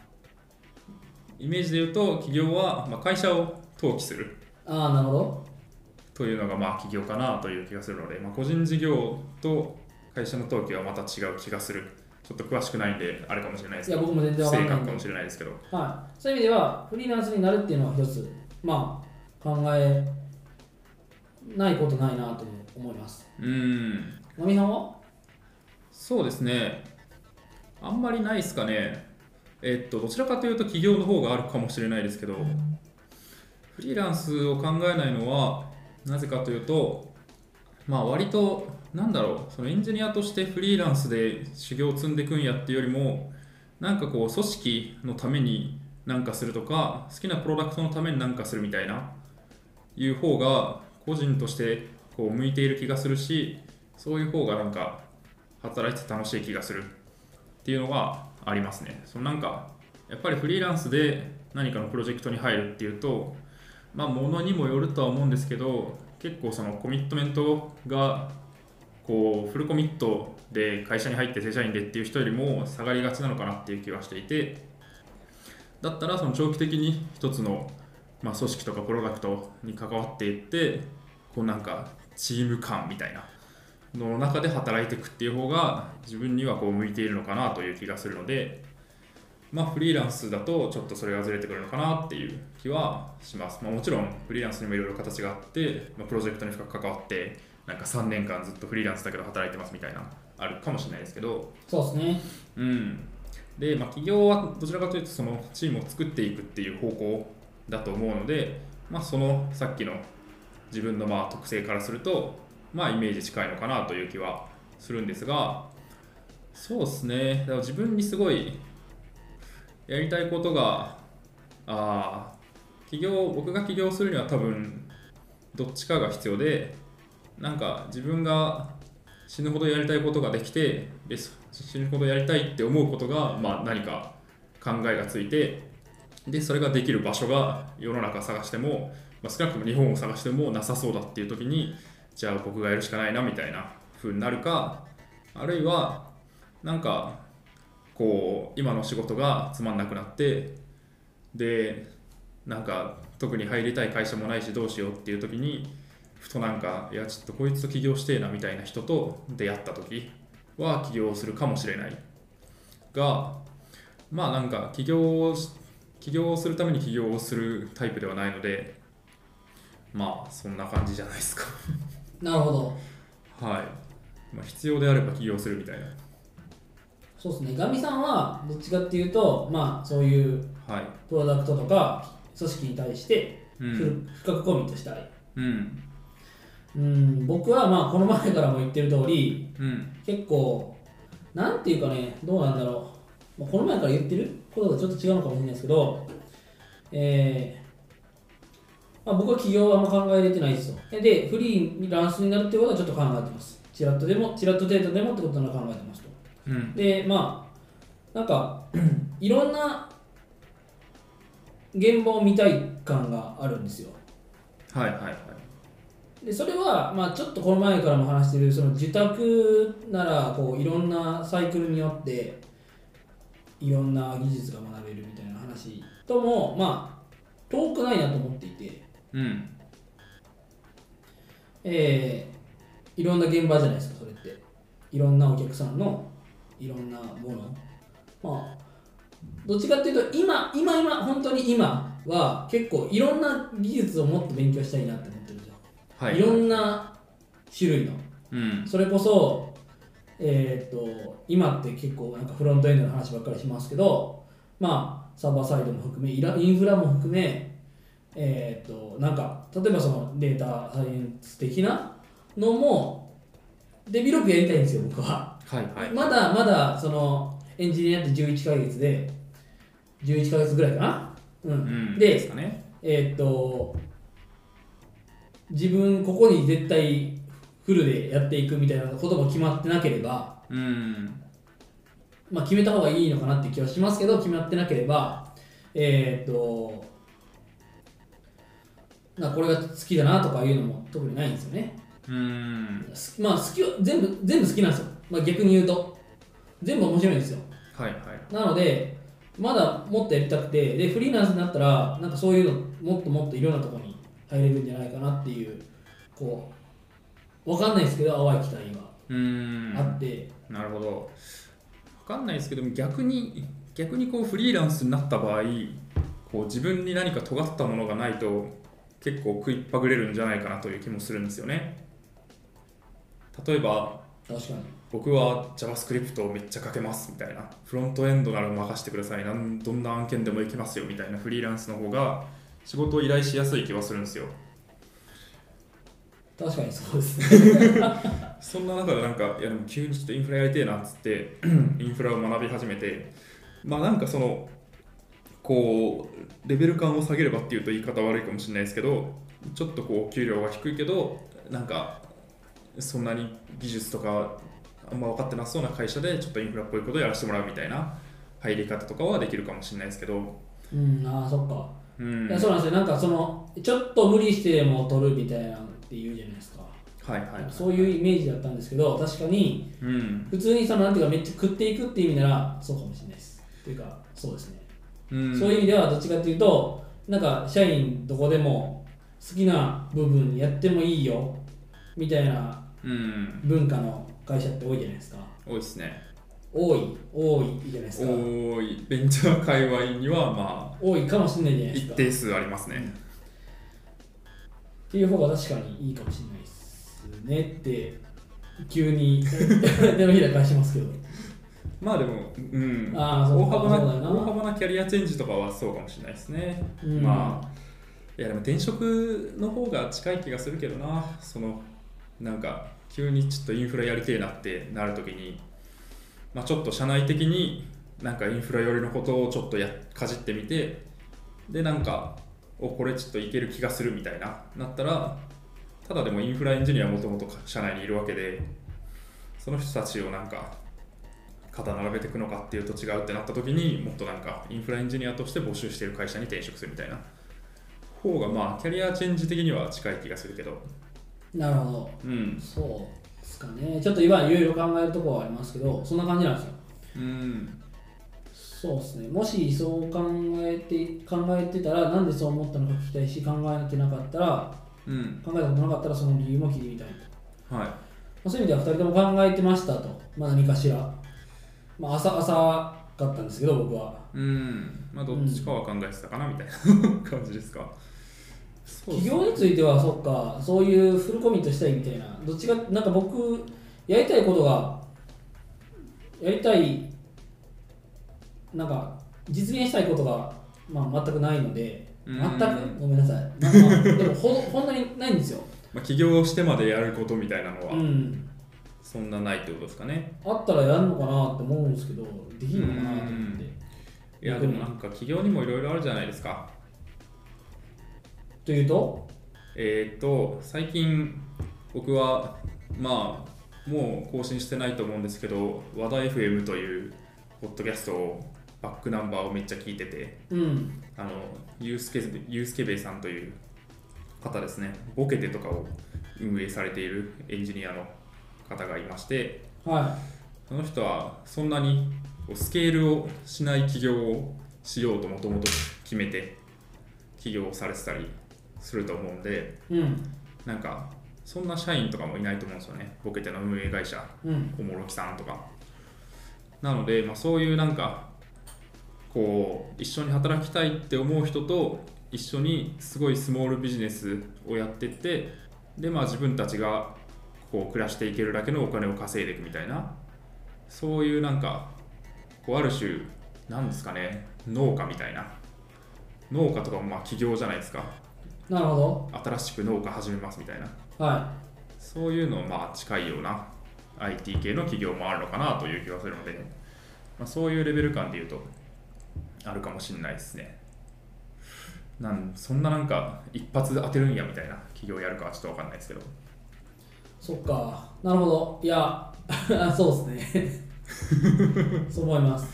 B: イメージで言うと企業は、まあ、会社を登記する
C: ああなるほど
B: というのがまあ企業かなという気がするので、まあ、個人事業と会社の登記はまた違う気がするちょっと詳しくないんであれかもしれないです
C: い
B: け
C: や
B: ど
C: 僕も全
B: 不
C: 然わか
B: 正
C: んない
B: 確
C: ん
B: か
C: で
B: もしれないですけど
C: はい、そういう意味ではフリーランスになるっていうのは一つまあ考えないことないなと思います
B: うん
C: のみさんは
B: そうですね。あんまりないですかね。えっと、どちらかというと企業の方があるかもしれないですけど、フリーランスを考えないのは、なぜかというと、まあ割と、なんだろう、そのエンジニアとしてフリーランスで修行を積んでいくんやっていうよりも、なんかこう、組織のためになんかするとか、好きなプロダクトのためになんかするみたいな、いう方が、個人としてこう向いている気がするし、そういう方がなんか働いてて楽しい気がするっていうのがありますね。そのなんかやっぱりフリーランスで何かのプロジェクトに入るっていうと、まあ、ものにもよるとは思うんですけど結構そのコミットメントがこうフルコミットで会社に入って正社員でっていう人よりも下がりがちなのかなっていう気はしていてだったらその長期的に一つの、まあ、組織とかプロダクトに関わっていってこうなんかチーム感みたいなの中で働いていくっていう方が自分にはこう向いているのかなという気がするのでまあフリーランスだとちょっとそれがずれてくるのかなっていう気はします、まあ、もちろんフリーランスにもいろいろ形があって、まあ、プロジェクトに深く関わってなんか3年間ずっとフリーランスだけど働いてますみたいなあるかもしれないですけど
C: そうですね
B: うんで、まあ、企業はどちらかというとそのチームを作っていくっていう方向だと思うので、まあ、そのさっきの自分のまあ特性からすると、まあ、イメージ近いのかなという気はするんですがそうですねだから自分にすごいやりたいことがあー起業僕が起業するには多分どっちかが必要でなんか自分が死ぬほどやりたいことができてでそ死ぬほどやりたいって思うことが、まあ、何か考えがついてでそれができる場所が世の中探しても、まあ、少なくとも日本を探してもなさそうだっていう時にじゃあ僕がやるしかないなみたいな風になるかあるいはなんかこう今の仕事がつまんなくなってでなんか特に入りたい会社もないしどうしようっていう時にふとなんかいやちょっとこいつと起業してえなみたいな人と出会った時は起業するかもしれないがまあなんか起業をし起業をするために起業をするタイプではないのでまあそんな感じじゃないですか
C: なるほど
B: はい、まあ、必要であれば起業するみたいな
C: そうですねガミさんはどっちかっていうとまあそういう
B: はい
C: プロダクトとか組織に対して
B: う
C: フ
B: ん、
C: ル深くコミットしたい、
B: うん
C: うん、僕はまあこの前からも言ってる通り
B: うん、
C: 結構なんていうかねどうなんだろう、まあこの前から言ってることとちょっと違うのかもしれないですけど、えーまあ、僕は起業はあんま考えれてないですよでフリーランスになるってことはちょっと考えてますチラッとでもチラッと程度でもってことなら考えてますと
B: うん、
C: でまあなんか いろんな現場を見たい感があるんですよ
B: はいはいはい
C: でそれは、まあ、ちょっとこの前からも話してるその受託ならこういろんなサイクルによっていろんな技術が学べるみたいな話ともまあ遠くないなと思っていて、
B: うん
C: えーいろんな現場じゃないですかそれっていろんなお客さんのいろんなものまあどっちかっていうと今今今本当に今は結構いろんな技術をもっと勉強したいなって思ってるんですよ、
B: はい
C: いろんな種類の
B: うん
C: それこそ、えー、と今って結構なんかフロントエンドの話ばっかりしますけど、まあ、サーバーサイドも含めイラインフラも含め、えー、となんか例えばそのデータサイエンス的なのもデベロップやりたいんですよ僕は。
B: はいはい
C: まだまだそのエンジニアって11ヶ月で11ヶ月ぐらいかな、うん
B: うんです
C: で
B: かね
C: えーっと自分ここに絶対フルでやっていくみたいなことも決まってなければ、
B: うん
C: まあ、決めた方がいいのかなって気はしますけど決まってなければえーっとなこれが好きだなとかいうのも特にないんですよね
B: うん
C: すまあ好きは全部全部好きなんですよ、まあ、逆に言うと全部面白いんですよ
B: はいはい
C: なので、まだもっとやりたくて、でフリーランスになったら、なんかそういうの、もっともっといろんなところに入れるんじゃないかなっていう、こう、わかんないですけど、淡い期待
B: うん
C: があって、
B: なるほど分かんないですけど逆に逆にこうフリーランスになった場合こう自分に何か尖ったものがないと結構食いっぱぐれるんじゃないかなという気もするんですよね例えば
C: 確かに。
B: 僕は JavaScript をめっちゃ書けますみたいなフロントエンドなら任せてくださいなんどんな案件でもいけますよみたいなフリーランスの方が仕事を依頼しやすい気はするんですよ
C: 確かにそ うですね。
B: そんな中でなんか、いやでも急にちょっとインフラやりてえなっつって、 インフラを学び始めて、まあなんかその、こう、レベル感を下げればっていうと言い方悪いかもしれないですけど、ちょっとこう、給料が低いけど、なんか、そんなに技術とか、あんま分かってなさそうな会社で、ちょっとインフラっぽいことをやらせてもらうみたいな入り方とかはできるかもしれないですけど、
C: うん、ああ、そっか。
B: うん、
C: いやそうなんですよ、なんかその、ちょっと無理してでも取るみたいなのって言うじゃないですか。
B: はいはいはい。
C: そういうイメージだったんですけど、確かに、
B: うん、
C: 普通にその、なんていうか、めっちゃ食っていくっていう意味なら、そうかもしれないです。というか、そうですね。
B: うん、
C: そういう意味ではどっちかっていうとなんか社員どこでも好きな部分やってもいいよみたいな
B: うん、
C: 文化の会社って多いじゃないですか
B: 多いですね。
C: 多い多いじゃないですか
B: 多い、ベンチャー界隈には、まあ、
C: 多いかもしれないじゃないです
B: 一
C: か
B: 定数ありますね。
C: っていう方が確かにいいかもしれないですねって急に手のひら返しますけど
B: まあでも、うん、
C: あーそう
B: 大幅な
C: そうだよな
B: 大幅なキャリアチェンジとかはそうかもしれないですね。
C: うん
B: まあ、いやでも転職の方が近い気がするけどな、その、なんか、急にちょっとインフラやりてえなってなるときに、まあ、ちょっと社内的に、なんかインフラ寄りのことをちょっとやかじってみて、で、なんか、おこれちょっといける気がするみたいな、なったら、ただでもインフラエンジニアはもともと社内にいるわけで、その人たちをなんか肩並べていくのかっていうと違うってなった時にもっとなんかインフラエンジニアとして募集している会社に転職するみたいな方がまあキャリアチェンジ的には近い気がするけど
C: なるほど
B: うん
C: そうですかねちょっと今いろいろ考えるところはありますけどそんな感じなんですよ
B: うん
C: そうですねもしそう考えて考えてたらなんでそう思ったのか聞きたいし考えてなかったら
B: うん
C: 考えたことなかったらその理由も聞いてみたいと、ま
B: は
C: あ、そういう意味では2人とも考えてましたと、まあ、何かしら、まあ、朝朝かったんですけど僕はい
B: うんまあどっちかは考えてたかなみたいな 感じですかそうです
C: 企業についてはそっかそういうフルコミットしたいみたいなどっちがなんか僕やりたいことがやりたいなんか実現したいことが、まあ、全くないので
B: うん
C: 全くごめんなさいなんかでもほど ほんなにないんですよ、
B: まあ、起業してまでやることみたいなの
C: う
B: は
C: ん、
B: そんなないってことですかね、
C: あったらやるのかなって思うんですけどできるのかなと思って
B: いやでもなんか起業にもいろいろあるじゃないですか
C: というと
B: えーっと最近僕はまあもう更新してないと思うんですけど和田 FM というポッドキャストをバックナンバーをめっちゃ聞いてて
C: うん
B: あのユースケユースケベイさんという方ですねボケてとかを運営されているエンジニアの方がいまして
C: は
B: その人はそんなにこうスケールをしない起業をしようともともと決めて起業をされてたりすると思うんで
C: いうん
B: なんかそんな社員とかもいないと思うんですよねボケての運営会社
C: うん
B: おもろきさんとかなので、まあ、そういうなんかこう一緒に働きたいって思う人と一緒にすごいスモールビジネスをやってってでまあ自分たちがこう暮らしていけるだけのお金を稼いでいくみたいなそういうなんかこうある種なんですかね農家みたいな農家とかもまあ起業じゃないですか
C: なるほ
B: 新しく農家始めますみたいな
C: どは
B: そういうのまあ近いような IT 系の企業もあるのかなという気がするので、まあ、そういうレベル感でいうとあるかもしれないですねなんそんななんか一発当てるんやみたいな企業やるかはちょっと分かんないですけど
C: そっかなるほどいや そうですね そう思います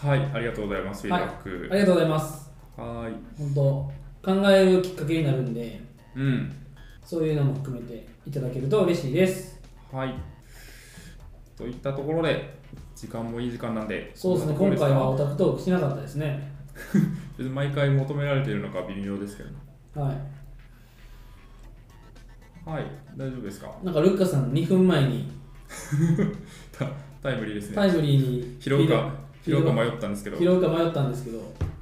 B: はいありがとうございますフィードバッ
C: あ
B: ク
C: りがとうございます
B: はーい
C: 本当考えるきっかけになるんで
B: うん
C: そういうのも含めていただけると嬉しいです
B: はいといったところで時間もいい時間なんで
C: そうですね
B: こん
C: 今
B: なとこ
C: 回
B: ろ
C: はオ
B: か
C: タクトークしなかったですね
B: 別に毎回求められているのか微妙ですけど
C: はい
B: はい大丈夫ですか
C: なんかルッカさん2分前に
B: タタイムリーです
C: タ
B: ね
C: イムリーに
B: 拾うか
C: フィ
B: 拾
C: ー
B: う
C: ド
B: か
C: フィ
B: 迷ったんですけど
C: 拾うか迷ったんですけど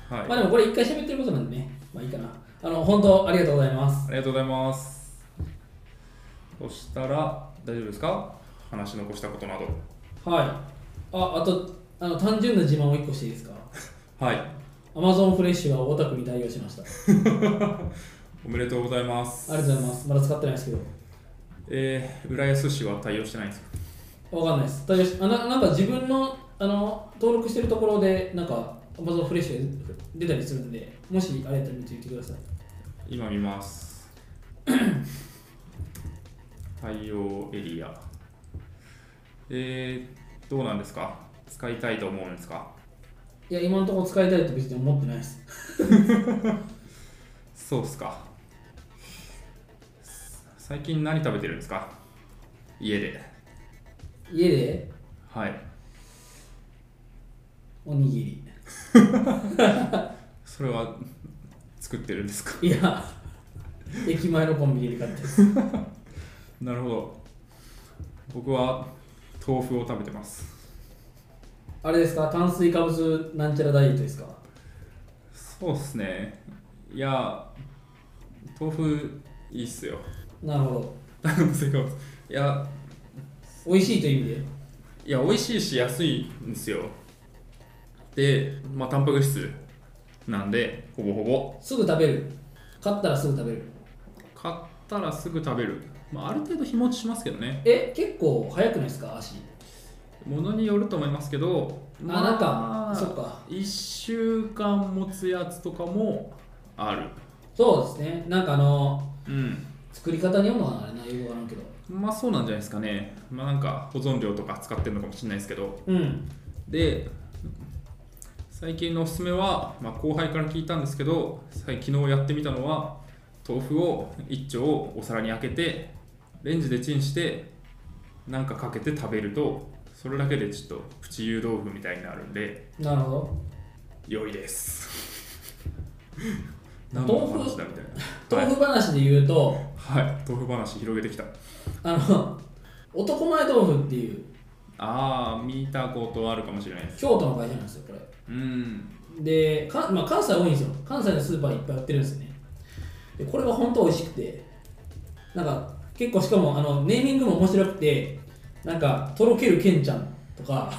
B: はい
C: まあでもこれ1回喋ってることなんでねまあいいかなあの本当ありがとうございます
B: ありがとうございます。そしたら、大丈夫ですか話し残したことなど。
C: はいああとあの単純な自慢を1個していいですか
B: はい。
C: Amazon フレッシュがオタクに対応しました
B: おめでとうございます。
C: ありがとうございます。まだ使ってないですけ
B: えー、浦安市は対応してないんですか
C: ど。わかんないです。大丈夫ですあななんか自分のあの登録してるところで、なんか、Amazon フレッシュが出たりするんで、もしあれやったら見てみてください。
B: 今見ます。 対応エリア。えー、どうなんですか使いたいと思うんですか
C: いや、今のところ使いたいと別に思ってないです。
B: そうっすか。最近何食べてるんですか家で。
C: 家で
B: はい。
C: おにぎ
B: それは作ってるんですか
C: り。いや、 駅前のコンビニで買ってます。
B: なるほど僕は豆腐を食べてます
C: あれですか、炭水化物なんちゃらダイエットですか
B: そうっすねいや豆腐いいっすよ
C: なるほど。
B: せっかくいや
C: 美味しいという意味で。
B: いや美味しいし安いんですよでまあタンパク質なんでほぼほぼ
C: すぐ食べる。買ったらすぐ食べる。
B: 買ったらすぐ食べる、まあ、ある程度日持ちしますけどね
C: え、結構早くないですか、足。
B: ものによると思いますけど
C: あ、なんか、そっか。
B: 1週間持つやつとかもある
C: そうですね。なんかあの、
B: うん
C: 作り方によるのかなあれな、よくわからんけど。
B: まあそうなんじゃないですかね。まあなんか保存料とか使ってるのかもしれないですけど。
C: うん。
B: で、最近のおすすめは、まあ、後輩から聞いたんですけど、最昨日やってみたのは、豆腐を一丁お皿に開けて、レンジでチンして、なんかかけて食べると、それだけでちょっとプチ湯豆腐みたいになるんで、
C: なるほ
B: 良いです。
C: 豆
B: 何の
C: 腐
B: 話だみたい
C: ど。
B: な。
C: 豆腐話で言うと、
B: はい、はい、豆腐話広げてきた。
C: あの、男前豆腐っていう
B: ああ、見たことあるかもしれないです。
C: 京都の会社なんですよ、これ。
B: うん。
C: で、かまあ、関西多いんですよ。関西のスーパーいっぱい売ってるんですよね。で、これが本当美味しくて、なんか、結構しかもあのネーミングも面白くて、なんか、とろけるけんちゃんとか、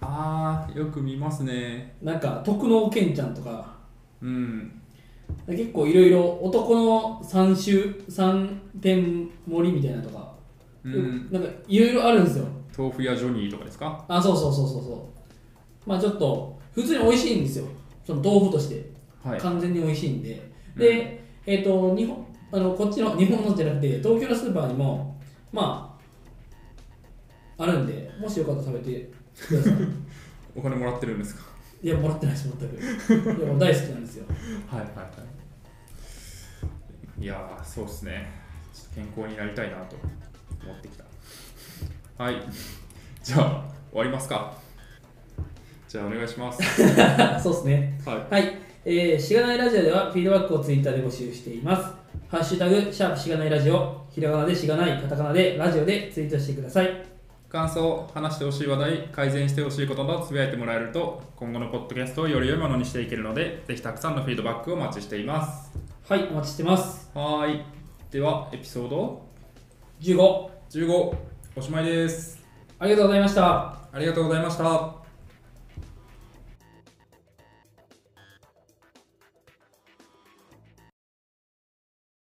B: ああよく見ますね
C: なんか、特納けんちゃんとか、
B: うん
C: 結構いろいろ男の三種三点盛りみたいなのとか、
B: うん
C: なんかいろいろあるんですよ
B: 豆腐屋ジョニーとかですか
C: あそうそうそうそうそうまあちょっと普通に美味しいんですよその豆腐として、
B: はい
C: 完全に美味しいんでで、えっ、と日本あのこっちの日本のじゃなくて東京のスーパーにもまああるんでもしよかったら食べてく ださい
B: お金もらってるんですか
C: いやもらってないです全くいやもう大好きなんですよ
B: はいはいはいいやーそうっすねちょっと健康になりたいなと思ってきたはいじゃあ終わりますかじゃあお願いし ます
C: そうですね
B: はい
C: はい、えー、しがないラジオではフィードバックをツイッターで募集しています。ハッシュタグ、シャープしがないラジオ、ひらがなでしがない、カタカナでラジオでツイートしてください。
B: 感想話してほしい話題改善してほしいことなどつぶやいてもらえると今後のポッドキャストをより良いものにしていけるのでぜひたくさんのフィードバックをお待ちしています
C: はい、お待ちしてます。
B: はーいではエピソード
C: 15、
B: 15おしまいです
C: ありがとうございました。
B: ありがとうございました